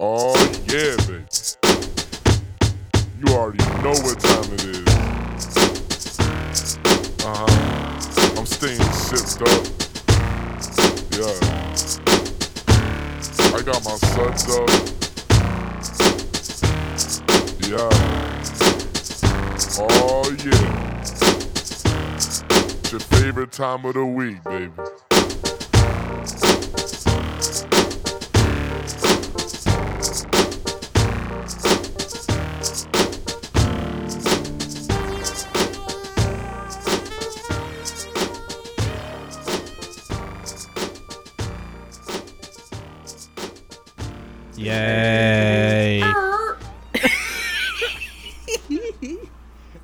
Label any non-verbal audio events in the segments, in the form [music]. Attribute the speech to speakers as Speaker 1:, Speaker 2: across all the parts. Speaker 1: Oh, yeah, baby. You already know what time it is. Uh huh. I'm staying sipped up. Yeah. I got my suds up. Yeah. Oh, yeah. It's your favorite time of the week, baby.
Speaker 2: Yay.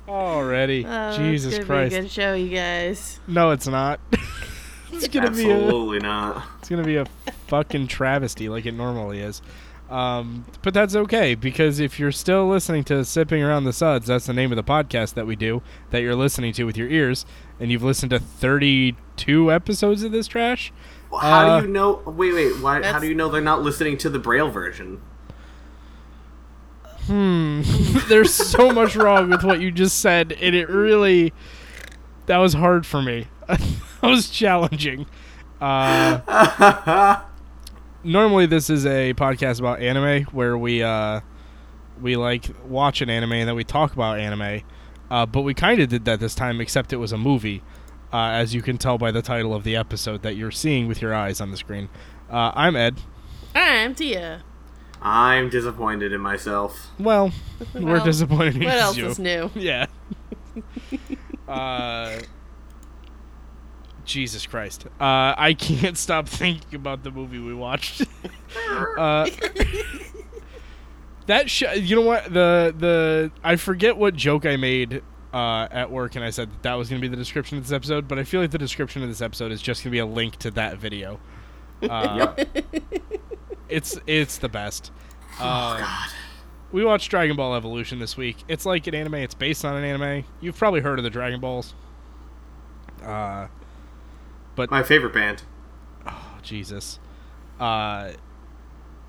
Speaker 2: Already.
Speaker 3: Oh, that's
Speaker 2: Jesus
Speaker 3: gonna
Speaker 2: Christ.
Speaker 3: Be a good show, you guys.
Speaker 2: No, it's not. [laughs] it's gonna be a,
Speaker 4: Absolutely not.
Speaker 2: it's gonna be a fucking travesty like it normally is. Um, but that's okay because if you're still listening to Sipping Around the Suds, that's the name of the podcast that we do that you're listening to with your ears, and you've listened to 32 episodes of this trash.
Speaker 4: Well, How
Speaker 2: Uh,
Speaker 4: do you know? Wait, wait. Why, how
Speaker 3: That's-
Speaker 4: do you know they're not listening to the Braille version?
Speaker 2: [laughs] There's so much wrong with what you just said, and it really that was hard for me. [laughs] that was challenging. Uh, normally, this is a podcast about anime where we uh, we like watch an anime and then we talk about anime. Uh, but we kind of did that this time, except it was a movie, uh, as you can tell by the title of the episode that you're seeing with your eyes on the screen. Uh, I'm Ed. [laughs]
Speaker 3: I'm Tia.
Speaker 4: I'm disappointed in myself.
Speaker 2: Well, we're
Speaker 3: Well,
Speaker 2: disappointed. in [laughs]
Speaker 3: What else
Speaker 2: you.
Speaker 3: is new?
Speaker 2: Yeah. uh, Jesus Christ. Uh, I can't stop thinking about the movie we watched. [laughs] uh, that sh- you know what the the I forget what joke I made uh, at work, and I said that, that was going to be the description of this episode. But I feel like the description of this episode is just going to be a link to that video. Uh,
Speaker 3: [laughs]
Speaker 4: Yep.
Speaker 2: it's it's the best. Uh, we watched Dragon Ball Evolution this week. It's like an anime. It's based on an anime. You've probably heard of the Dragon Balls. Uh,
Speaker 4: My favorite band.
Speaker 2: oh, Jesus. Uh,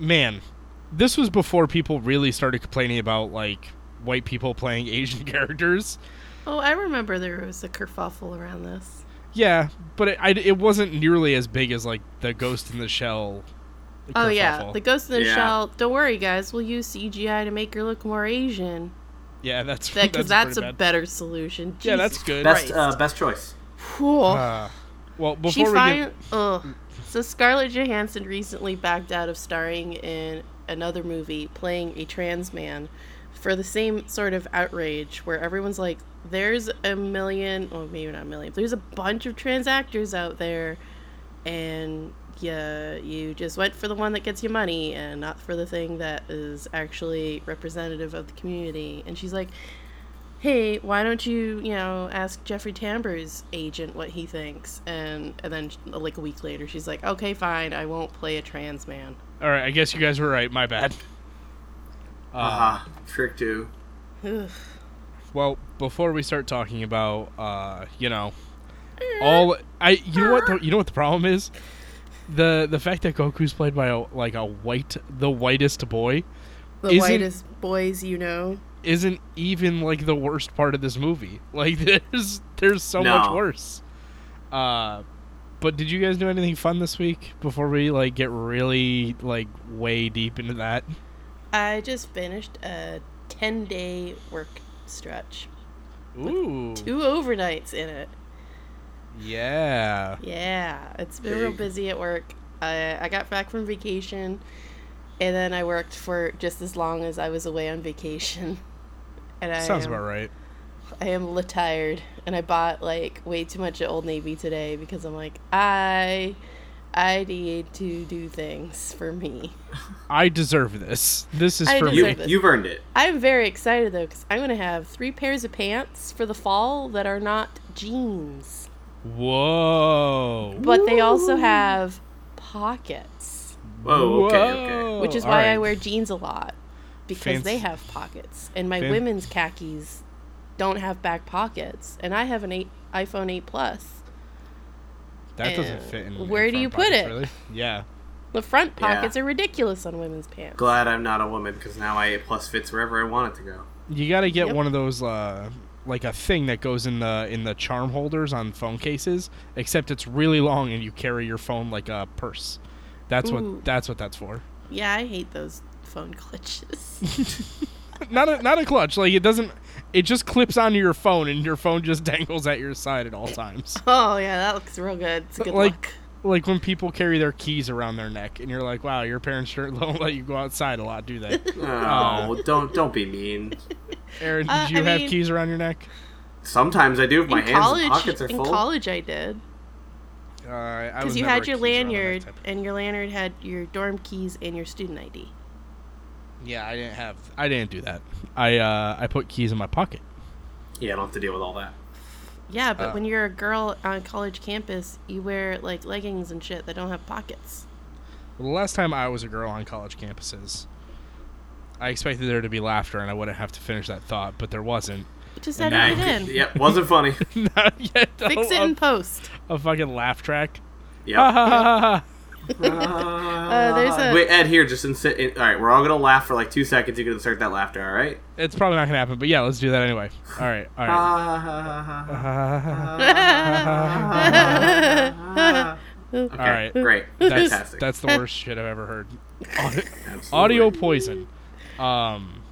Speaker 2: man, this was before people really started complaining about like white people playing [laughs] Asian characters.
Speaker 3: Oh, I remember there was a kerfuffle around this.
Speaker 2: Yeah, but it, I, it wasn't nearly as big as like the Ghost in the Shell.
Speaker 3: Oh yeah,
Speaker 2: kerfuffle.
Speaker 3: the Ghost in the
Speaker 4: Yeah.
Speaker 3: Shell. Don't worry, guys. We'll use CGI to make her look more Asian.
Speaker 2: yeah, [laughs] that's
Speaker 3: That because that's,
Speaker 2: pretty
Speaker 3: a
Speaker 2: bad.
Speaker 3: better solution.
Speaker 2: yeah,
Speaker 3: Jesus
Speaker 2: that's good.
Speaker 4: Best,
Speaker 3: Christ.
Speaker 4: uh, best choice.
Speaker 3: Cool.
Speaker 2: Uh, well, before
Speaker 3: she
Speaker 2: we
Speaker 3: finally.
Speaker 2: get,
Speaker 3: Ugh. So Scarlett Johansson recently backed out of starring in another movie playing a trans man for the same sort of outrage where everyone's like, "There's a million, or maybe not a million, but there's a bunch of trans actors out there, and yeah, you just went for the one that gets you money and not for the thing that is actually representative of the community." And she's like, hey, why don't you, you know, ask Jeffrey Tambor's agent what he thinks? And and then like a week later, she's like, okay, fine, I won't play a trans man.
Speaker 2: all right, I guess you guys were right. My bad.
Speaker 4: Uh, Trick two.
Speaker 2: Well, before we start talking about, uh, you know,
Speaker 3: Eh,
Speaker 2: all I, you know what, the, you know what the problem is, the the fact that Goku's played by a, like a white, the whitest boy,
Speaker 3: The
Speaker 2: Isn't-
Speaker 3: whitest boys you know.
Speaker 2: isn't even like the worst part of this movie. [laughs] Like there's there's so much
Speaker 4: No.
Speaker 2: worse. Uh, but did you guys do anything fun this week before we like get really like way deep into that?
Speaker 3: I just finished a 10 day work stretch,
Speaker 2: Ooh,
Speaker 3: two overnights in it.
Speaker 2: yeah.
Speaker 3: Yeah, it's been
Speaker 4: There
Speaker 3: real
Speaker 4: you go.
Speaker 3: busy at work. I, I got back from vacation, and then I worked for just as long as I was away on vacation. [laughs] And I
Speaker 2: Sounds
Speaker 3: am-
Speaker 2: about right.
Speaker 3: I am li- tired, and I bought like way too much at Old Navy today because I'm like, I, I need to do things for me.
Speaker 2: I deserve this. This is
Speaker 3: I
Speaker 2: for
Speaker 3: deserve
Speaker 2: me.
Speaker 4: You,
Speaker 3: Sorry, but-
Speaker 4: you've earned it.
Speaker 3: I'm very excited though because I'm gonna have three pairs of pants for the fall that are not jeans,
Speaker 2: Whoa.
Speaker 3: but they also have pockets,
Speaker 4: Whoa, okay, okay.
Speaker 3: which is
Speaker 2: All
Speaker 3: why I
Speaker 2: right.
Speaker 3: wear jeans a lot because they
Speaker 2: Oh, Fancy-
Speaker 3: have pockets, and my
Speaker 2: Fan-
Speaker 3: women's khakis don't have back pockets, and I have an eight iPhone 8 Plus.
Speaker 2: That
Speaker 3: Uh,
Speaker 2: doesn't fit in. in
Speaker 3: where do
Speaker 2: front
Speaker 3: you
Speaker 2: pockets,
Speaker 3: put it?
Speaker 2: really. Yeah.
Speaker 3: The front
Speaker 4: Yeah.
Speaker 3: pockets are ridiculous on women's pants.
Speaker 4: Glad I'm not a woman because now my A plus fits wherever I want it to go.
Speaker 2: You got to get
Speaker 3: Yep.
Speaker 2: one of those uh, like a thing that goes in the in the charm holders on phone cases, except it's really long and you carry your phone like a purse. That's
Speaker 3: Ooh.
Speaker 2: what that's what that's for.
Speaker 3: Yeah, I hate those
Speaker 2: [laughs]
Speaker 3: phone glitches.
Speaker 2: Not a not a clutch. Like it doesn't. It just clips onto your phone and your phone just [laughs] dangles at your side at all times.
Speaker 3: oh yeah, that looks real good. It's good
Speaker 2: Like-
Speaker 3: luck.
Speaker 2: Like when people carry their keys around their neck, and you're like, "Wow, your parents sure [laughs] don't let you go outside a lot, do
Speaker 3: [laughs]
Speaker 2: they?"
Speaker 4: Oh, don't don't be mean.
Speaker 2: Aaron, did
Speaker 3: Uh,
Speaker 2: you
Speaker 3: I
Speaker 2: have
Speaker 3: mean-
Speaker 2: keys around your neck?
Speaker 4: Sometimes I do if my
Speaker 3: in
Speaker 4: hands
Speaker 3: college,
Speaker 4: and pockets are
Speaker 3: in
Speaker 4: full.
Speaker 3: college, I did
Speaker 2: Uh, I
Speaker 3: because
Speaker 2: was
Speaker 3: you
Speaker 2: never
Speaker 3: had
Speaker 2: a
Speaker 3: your
Speaker 2: keys around my neck
Speaker 3: lanyard,
Speaker 2: type.
Speaker 3: and your lanyard had your dorm keys and your student ID.
Speaker 2: Yeah, I didn't have. I didn't do that. I uh, I put keys in my pocket.
Speaker 4: Yeah, I don't have to deal with all that.
Speaker 3: Yeah, but
Speaker 4: Oh.
Speaker 2: Uh.
Speaker 3: when you're a girl on college campus, you wear like leggings and shit that don't have pockets.
Speaker 2: Well, the last time I was a girl on college campuses, I expected there to be laughter, and I wouldn't have to finish that thought, but there wasn't. [laughs]
Speaker 3: Just edit
Speaker 4: Nah,
Speaker 3: it in.
Speaker 4: Yep, wasn't funny.
Speaker 2: Not yet.
Speaker 3: Fix it
Speaker 2: a, [laughs]
Speaker 3: in post.
Speaker 2: a fucking laugh track.
Speaker 4: Yep.
Speaker 3: [laughs] Uh, there's a-
Speaker 4: Wait, Ed, here, just insert. All right, we're all gonna laugh for like two seconds. You can insert that laughter. All right.
Speaker 2: it's probably not gonna happen, but yeah, let's do that anyway. All right, all right.
Speaker 4: Okay,
Speaker 2: All right.
Speaker 4: Great.
Speaker 2: [laughs]
Speaker 3: [laughs]
Speaker 2: that's
Speaker 4: Fantastic.
Speaker 2: that's the worst shit I've ever heard. Audio,
Speaker 4: Absolutely.
Speaker 2: audio poison. Um,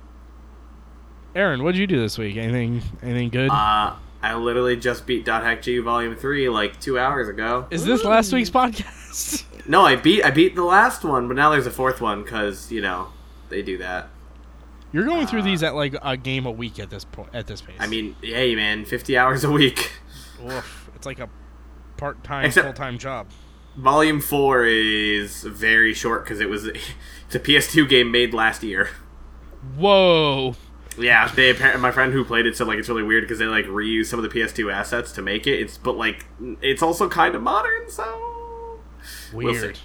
Speaker 2: Aaron, what did you do this week? Anything? Anything good?
Speaker 4: Uh, I literally just beat Dot Hack G Volume Three like two hours ago.
Speaker 2: Is this last week's podcast? [laughs]
Speaker 4: No, I beat I beat the last one, but now there's a fourth one because you know they do that.
Speaker 2: You're going through these at like a game a week at this point. At this pace.
Speaker 4: I mean, hey man, 50 hours a week. [laughs]
Speaker 2: Oof, it's like a part-time,
Speaker 4: Except-
Speaker 2: full-time job.
Speaker 4: Volume Four is very short because it was [laughs] it's a PS2 game made last year.
Speaker 2: Whoa.
Speaker 4: Yeah, they appar- my friend who played it said like it's really weird because they like reuse some of the PS2 assets to make it. It's but like it's also kind of modern, so We'll see.
Speaker 2: Weird.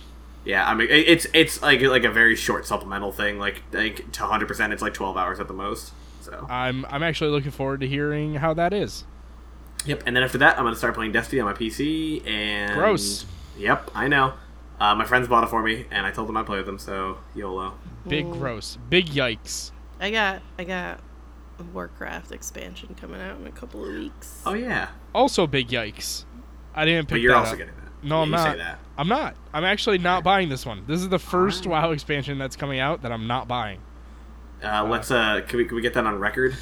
Speaker 4: yeah. I mean, it- it's it's like like a very short supplemental thing. Like like to hundred percent, it's like twelve hours at the most. So
Speaker 2: I'm I'm actually looking forward to hearing how that is.
Speaker 4: yep. And then after that, I'm gonna start playing Destiny on my PC. And
Speaker 2: Gross.
Speaker 4: Yep, I know. Uh, my friends bought it for me, and I told them I play with them. So YOLO.
Speaker 2: Big
Speaker 3: Mm.
Speaker 2: gross. Big yikes.
Speaker 3: I got I got a Warcraft expansion coming out in a couple of weeks.
Speaker 4: Oh yeah,
Speaker 2: Also big yikes. I didn't pick
Speaker 4: but you're
Speaker 2: that
Speaker 4: also
Speaker 2: up.
Speaker 4: getting that.
Speaker 2: No,
Speaker 4: Yeah,
Speaker 2: I'm
Speaker 4: you
Speaker 2: not.
Speaker 4: Say that.
Speaker 2: I'm not. I'm actually not buying this one. This is the first
Speaker 4: Alright.
Speaker 2: WoW expansion that's coming out that I'm not buying.
Speaker 4: Uh, let's uh, can we can we get that on record?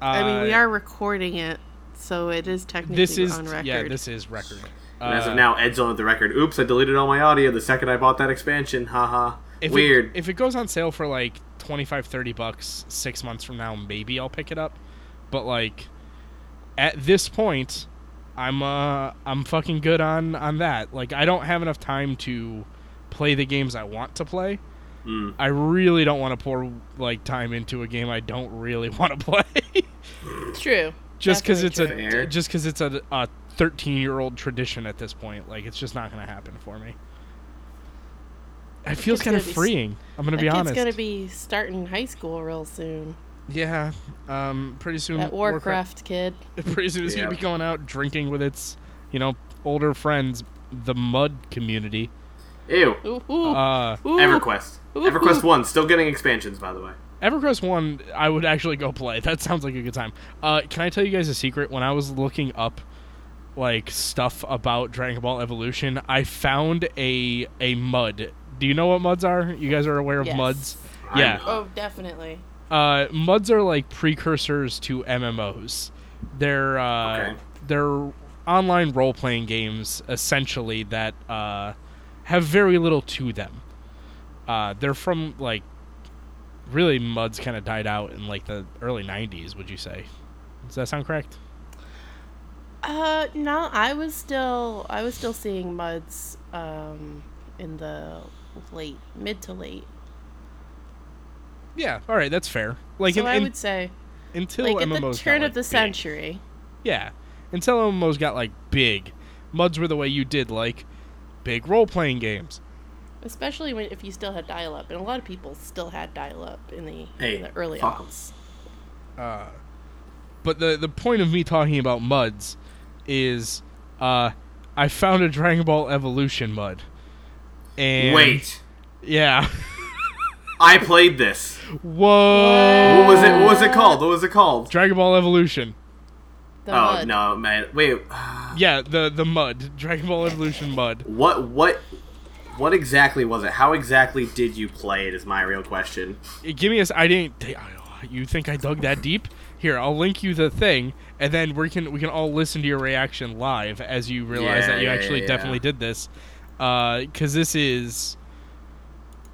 Speaker 2: Uh,
Speaker 3: I mean, we are recording it, so it is technically
Speaker 2: This is
Speaker 3: on record.
Speaker 2: yeah. This is record.
Speaker 4: And as
Speaker 2: Uh,
Speaker 4: of now, Ed's on with the record. Oops, I deleted all my audio the second I bought that expansion. Haha.
Speaker 2: if
Speaker 4: Weird.
Speaker 2: It, if it goes on sale for like 25 30 bucks 6 months from now maybe I'll pick it up. But like at this point I'm uh I'm fucking good on on that. Like I don't have enough time to play the games I want to play.
Speaker 4: Mm.
Speaker 2: I really don't want to pour like time into a game I don't really [laughs] want to play.
Speaker 3: true.
Speaker 2: just cuz it's
Speaker 3: Definitely
Speaker 4: true.
Speaker 2: a just cuz it's a a 13-year-old tradition at this point. Like it's just not going to happen for me. It feels
Speaker 3: kid's
Speaker 2: kind of
Speaker 3: gonna be s-
Speaker 2: freeing. I'm going to
Speaker 3: That
Speaker 2: be
Speaker 3: kid's
Speaker 2: honest.
Speaker 3: gonna be starting high school real soon.
Speaker 2: Yeah, um, pretty soon.
Speaker 3: That Warcraft kid.
Speaker 2: Warcraft- [laughs] pretty soon it's gonna
Speaker 4: Yeah.
Speaker 2: be going out drinking with its, you know, older friends, the Mud community.
Speaker 4: Ew.
Speaker 3: Ooh, ooh,
Speaker 2: Uh,
Speaker 3: ooh.
Speaker 4: EverQuest.
Speaker 3: Ooh.
Speaker 4: EverQuest 1, still getting expansions, by the way.
Speaker 2: EverQuest One, I would actually go play. [laughs] That sounds like a good time. Uh, can I tell you guys a secret? When I was looking up, like stuff about Dragon Ball Evolution, I found a a mud. Do you know what muds are? You guys are aware of
Speaker 3: Yes.
Speaker 2: muds?
Speaker 4: I
Speaker 2: Yeah.
Speaker 4: know.
Speaker 3: Oh, definitely.
Speaker 2: uh, muds are like precursors to MMOs. They're uh,
Speaker 4: Okay.
Speaker 2: they're online role playing games essentially that uh, have very little to them. Uh, they're from like really muds kind of died out in like the early '90s. Would you say? Does that sound correct?
Speaker 3: Uh, no, I was still I was still seeing muds um in the late mid to late.
Speaker 2: Yeah. All right, that's fair. Like
Speaker 3: so
Speaker 2: in,
Speaker 3: I
Speaker 2: in-
Speaker 3: would say
Speaker 2: until
Speaker 3: like at
Speaker 2: MMOs
Speaker 3: the
Speaker 2: got,
Speaker 3: turn
Speaker 2: like,
Speaker 3: of the
Speaker 2: big.
Speaker 3: century.
Speaker 2: Yeah. Until MMOs got like big, muds were the way you did like big role playing games.
Speaker 3: Especially when if you still had dial up and a lot of people still had dial up in the,
Speaker 4: Hey,
Speaker 3: in the early
Speaker 4: fuck 'em.
Speaker 3: aughts.
Speaker 2: But the the point of me talking about muds is uh I found a Dragon Ball Evolution mud. And
Speaker 4: Wait.
Speaker 2: Yeah. [laughs]
Speaker 4: I played this.
Speaker 2: Whoa.
Speaker 4: What was it? What was it called? What was it called?
Speaker 2: Dragon Ball Evolution.
Speaker 3: The
Speaker 4: Oh
Speaker 3: mud.
Speaker 4: no, man! Wait,
Speaker 2: Yeah, the the mud. Dragon Ball Evolution mud.
Speaker 4: what? What? What exactly was it? How exactly did you play it? Is my real question.
Speaker 2: Eh, Give me a. s- I didn't. d- I- You think I dug that deep? Here, I'll link you the thing, and then we can we can all listen to your reaction live as you realize
Speaker 4: Yeah,
Speaker 2: that you
Speaker 4: yeah,
Speaker 2: actually
Speaker 4: yeah.
Speaker 2: definitely did this. Because this is.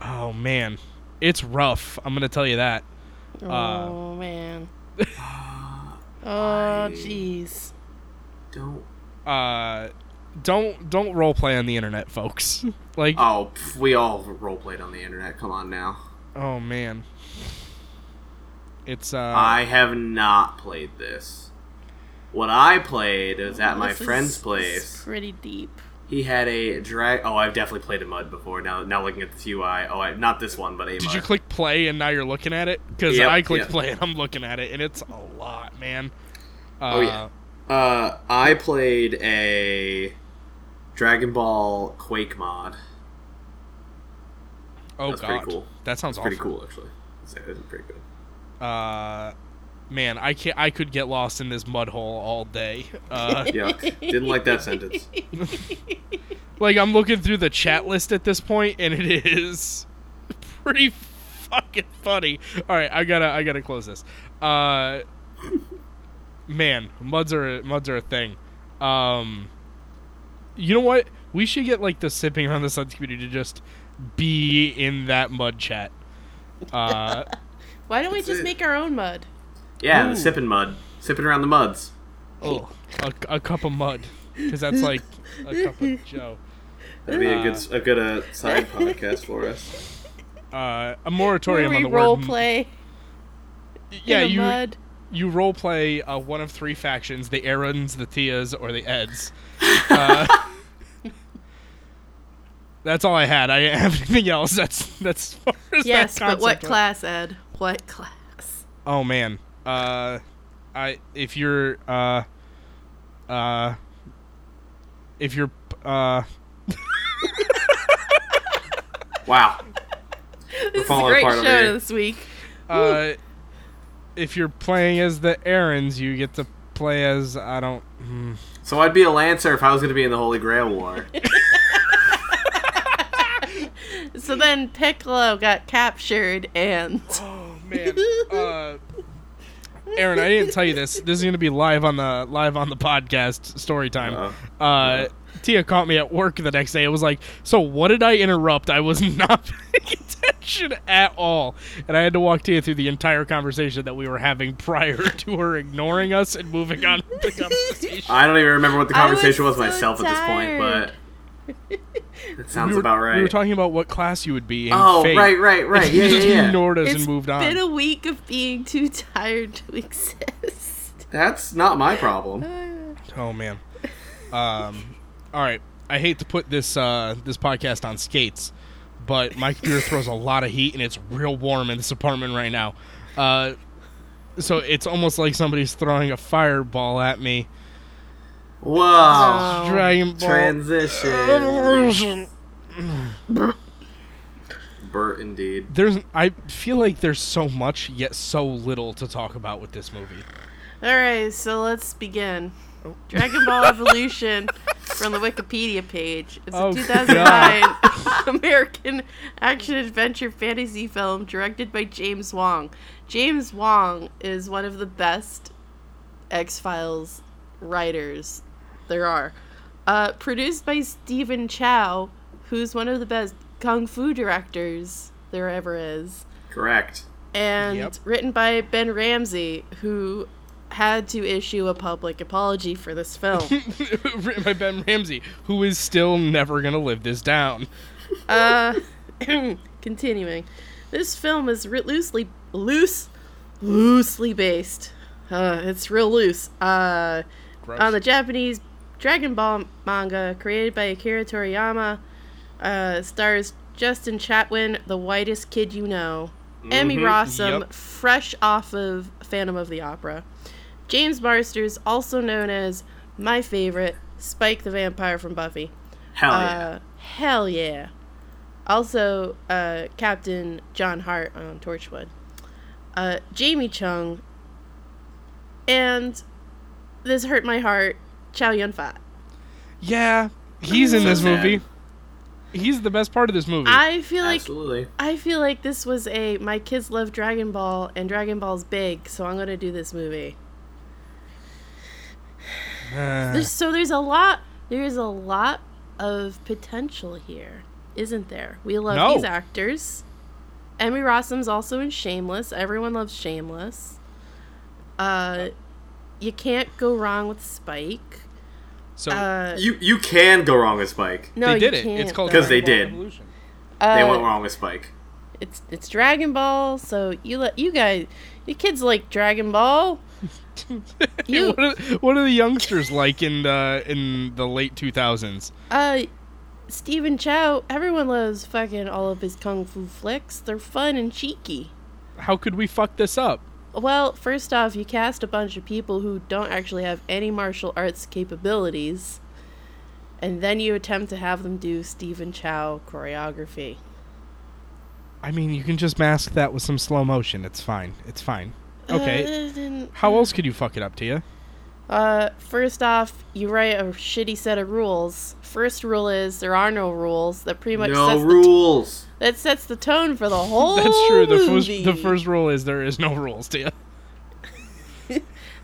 Speaker 2: Oh man, it's rough. I'm gonna tell you that. Uh.
Speaker 3: oh
Speaker 4: [laughs]
Speaker 3: man. Oh jeez.
Speaker 4: Don't.
Speaker 2: Uh, don't don't role play on the internet, folks. [laughs] Like,
Speaker 4: Oh, pff, we all roleplayed on the internet. Come on now.
Speaker 2: oh man, it's uh.
Speaker 4: I have not played this. What I played was at my
Speaker 3: This is-
Speaker 4: friend's
Speaker 3: this is
Speaker 4: place.
Speaker 3: Pretty deep.
Speaker 4: He had a drag. Oh, I've definitely played a mud before. Now, now looking at the UI. Oh, I, not this one, but a
Speaker 2: Did
Speaker 4: mud.
Speaker 2: you click play and now you're looking at it? Because
Speaker 4: Yep,
Speaker 2: I clicked
Speaker 4: yeah.
Speaker 2: play and I'm looking at it, and it's a lot, man. Uh,
Speaker 4: Oh, yeah. Uh, I played a Dragon Ball Quake mod.
Speaker 2: Oh
Speaker 4: That's
Speaker 2: god,
Speaker 4: pretty cool.
Speaker 2: that sounds
Speaker 4: Pretty
Speaker 2: awful.
Speaker 4: cool, actually. It's, it's pretty
Speaker 3: [laughs]
Speaker 4: good.
Speaker 2: Uh, man, I can not I could get lost in this mud hole all day. Uh,
Speaker 4: Yuck. Didn't like that sentence.
Speaker 2: like I'm looking through the chat list at this point, and it is [laughs] pretty fucking funny. All right, I gotta I gotta close this. Uh, man, muds are a- muds are a thing. Um, you know what? We should get like the sipping on the suns community to just be in that mud chat.
Speaker 3: [laughs]
Speaker 2: Uh,
Speaker 3: Why don't we
Speaker 4: That's
Speaker 3: just
Speaker 4: it.
Speaker 3: make our own mud?
Speaker 4: Yeah,
Speaker 2: Ooh.
Speaker 4: the sipping mud. Sipping around the muds.
Speaker 2: oh, a, a cup of mud, because that's like a cup
Speaker 3: [laughs]
Speaker 2: of Joe.
Speaker 4: That'd be a good, s- a good uh, side podcast for us.
Speaker 2: Uh, a moratorium
Speaker 3: Where
Speaker 2: on
Speaker 3: we
Speaker 2: the
Speaker 3: role
Speaker 2: word. m-
Speaker 3: play
Speaker 2: Yeah,
Speaker 3: in the
Speaker 2: you
Speaker 3: mud.
Speaker 2: you role play uh, one of three factions: the Aarons, the Tias, or the
Speaker 3: [laughs]
Speaker 2: Eds. Uh, that's all I had. I didn't have [laughs] anything else. That's that's as far as
Speaker 3: Yes,
Speaker 2: that
Speaker 3: but
Speaker 2: concept went.
Speaker 3: what class, Ed? What class?
Speaker 2: Oh man, uh, I if you're uh, uh, if you're uh,
Speaker 4: Wow. We're
Speaker 3: This is a great show this week.
Speaker 2: uh, if you're playing as the Aarons, you get to play as I don't.
Speaker 4: So I'd be a lancer if I was going to be in the Holy
Speaker 3: [laughs]
Speaker 4: Grail War.
Speaker 3: So then Piccolo got captured and
Speaker 2: Oh man, uh, Aaron, I didn't tell you this. This is gonna be live on the live on the podcast story time.
Speaker 4: Uh-oh.
Speaker 2: Uh, Tia caught me at work the next day. It was like, so what did I interrupt? I was [laughs] not paying attention at all, and I had to walk Tia through the entire conversation that we were having prior [laughs] to her ignoring us and moving on with the conversation.
Speaker 4: I don't even remember what the
Speaker 3: I was
Speaker 4: conversation was,
Speaker 3: so
Speaker 4: myself at this point, but that sounds
Speaker 2: we were,
Speaker 4: about right.
Speaker 2: We were talking about what class you would be. In
Speaker 4: oh,
Speaker 2: fate.
Speaker 4: right, right, right. Yeah,
Speaker 2: You
Speaker 4: yeah,
Speaker 2: just
Speaker 4: yeah.
Speaker 2: ignored us
Speaker 3: it's
Speaker 2: and moved on.
Speaker 3: been a week of being too tired to [laughs] exist.
Speaker 4: That's not my problem.
Speaker 3: Uh,
Speaker 2: Oh man. Um, [laughs] all right. I hate to put this uh, this podcast on skates, but my computer throws a lot of heat and it's real warm in this apartment right now. Uh, so it's almost like somebody's throwing a fireball at me.
Speaker 4: Whoa.
Speaker 3: Oh.
Speaker 2: Dragon Ball.
Speaker 4: Transition.
Speaker 2: Evolution.
Speaker 4: Bert, indeed.
Speaker 2: There's, I feel like there's so much yet so little to talk about with this movie. [laughs]
Speaker 3: All right, so let's begin. Dragon Ball Evolution from the Wikipedia page. It's
Speaker 2: Oh,
Speaker 3: a 2009 [laughs] American action adventure fantasy film directed by James Wong. James Wong is one of the best X Files writers there are. Uh, produced by Stephen Chow, who's one of the best kung fu directors there ever is
Speaker 4: Correct.
Speaker 3: and
Speaker 2: Yep.
Speaker 3: written by Ben Ramsey, who had to issue a public apology for this film.
Speaker 2: Written by Ben Ramsey, who is still never gonna live this down.
Speaker 3: uh, continuing, this film is re- loosely loose, loosely based. Uh, it's real loose. Uh,
Speaker 2: Gross.
Speaker 3: on the Japanese Dragon Ball manga created by Akira Toriyama. Uh, stars Justin Chatwin, the whitest kid you know, Emmy Rossum,
Speaker 2: Yep.
Speaker 3: fresh off of Phantom of the Opera, James Marsters, also known as my favorite Spike the Vampire from Buffy.
Speaker 4: Hell Oh, yeah.
Speaker 3: Uh, hell yeah. Also, uh, Captain John Hart on Torchwood, uh, Jamie Chung, and this hurt my heart, Chow Yun Fat.
Speaker 2: Yeah, he's in
Speaker 4: So
Speaker 2: this
Speaker 4: sad.
Speaker 2: movie. He's the best part of this movie.
Speaker 3: I feel like
Speaker 4: Absolutely.
Speaker 3: I feel like this was a my kids love Dragon Ball and Dragon Ball's big, so I'm gonna do
Speaker 2: [sighs]
Speaker 3: this movie.
Speaker 2: Uh,
Speaker 3: There's, so there's a lot. There is a lot of potential here, isn't there? We love
Speaker 2: No.
Speaker 3: these actors. Emmy Rossum's also in Shameless. Everyone loves Shameless. Uh, you can't go wrong with Spike.
Speaker 2: so
Speaker 3: Uh,
Speaker 4: You you can go wrong with Spike.
Speaker 3: no,
Speaker 2: they did
Speaker 3: Oh, you
Speaker 2: it.
Speaker 3: Can't,
Speaker 2: It's called
Speaker 3: though.
Speaker 4: Because they
Speaker 2: Dragon Ball
Speaker 3: [laughs]
Speaker 4: did.
Speaker 2: Evolution.
Speaker 3: Uh,
Speaker 4: They went wrong with Spike.
Speaker 3: It's it's Dragon Ball, so you let you guys, you kids like Dragon Ball. You-
Speaker 2: what, are, what are the youngsters like in the in the late two thousands?
Speaker 3: Uh, Stephen Chow. Everyone loves fucking all of his kung fu flicks. They're fun and cheeky.
Speaker 2: How could we fuck this up?
Speaker 3: Well, first off, you cast a bunch of people who don't actually have any martial arts capabilities, and then you attempt to have them do Stephen Chow choreography.
Speaker 2: I mean, you can just mask that with some slow motion. It's fine. It's fine. Okay.
Speaker 3: Uh, then-
Speaker 2: How else could you fuck it up, Tia?
Speaker 3: Uh, first off, you write a shitty set of rules. First rule is there are no rules. That pretty much
Speaker 4: No
Speaker 3: sets
Speaker 4: rules.
Speaker 3: The, that sets the tone for the
Speaker 2: [laughs]
Speaker 3: whole.
Speaker 2: That's true. The first
Speaker 3: Oh, movie.
Speaker 2: the first rule is there is no rules, Tia.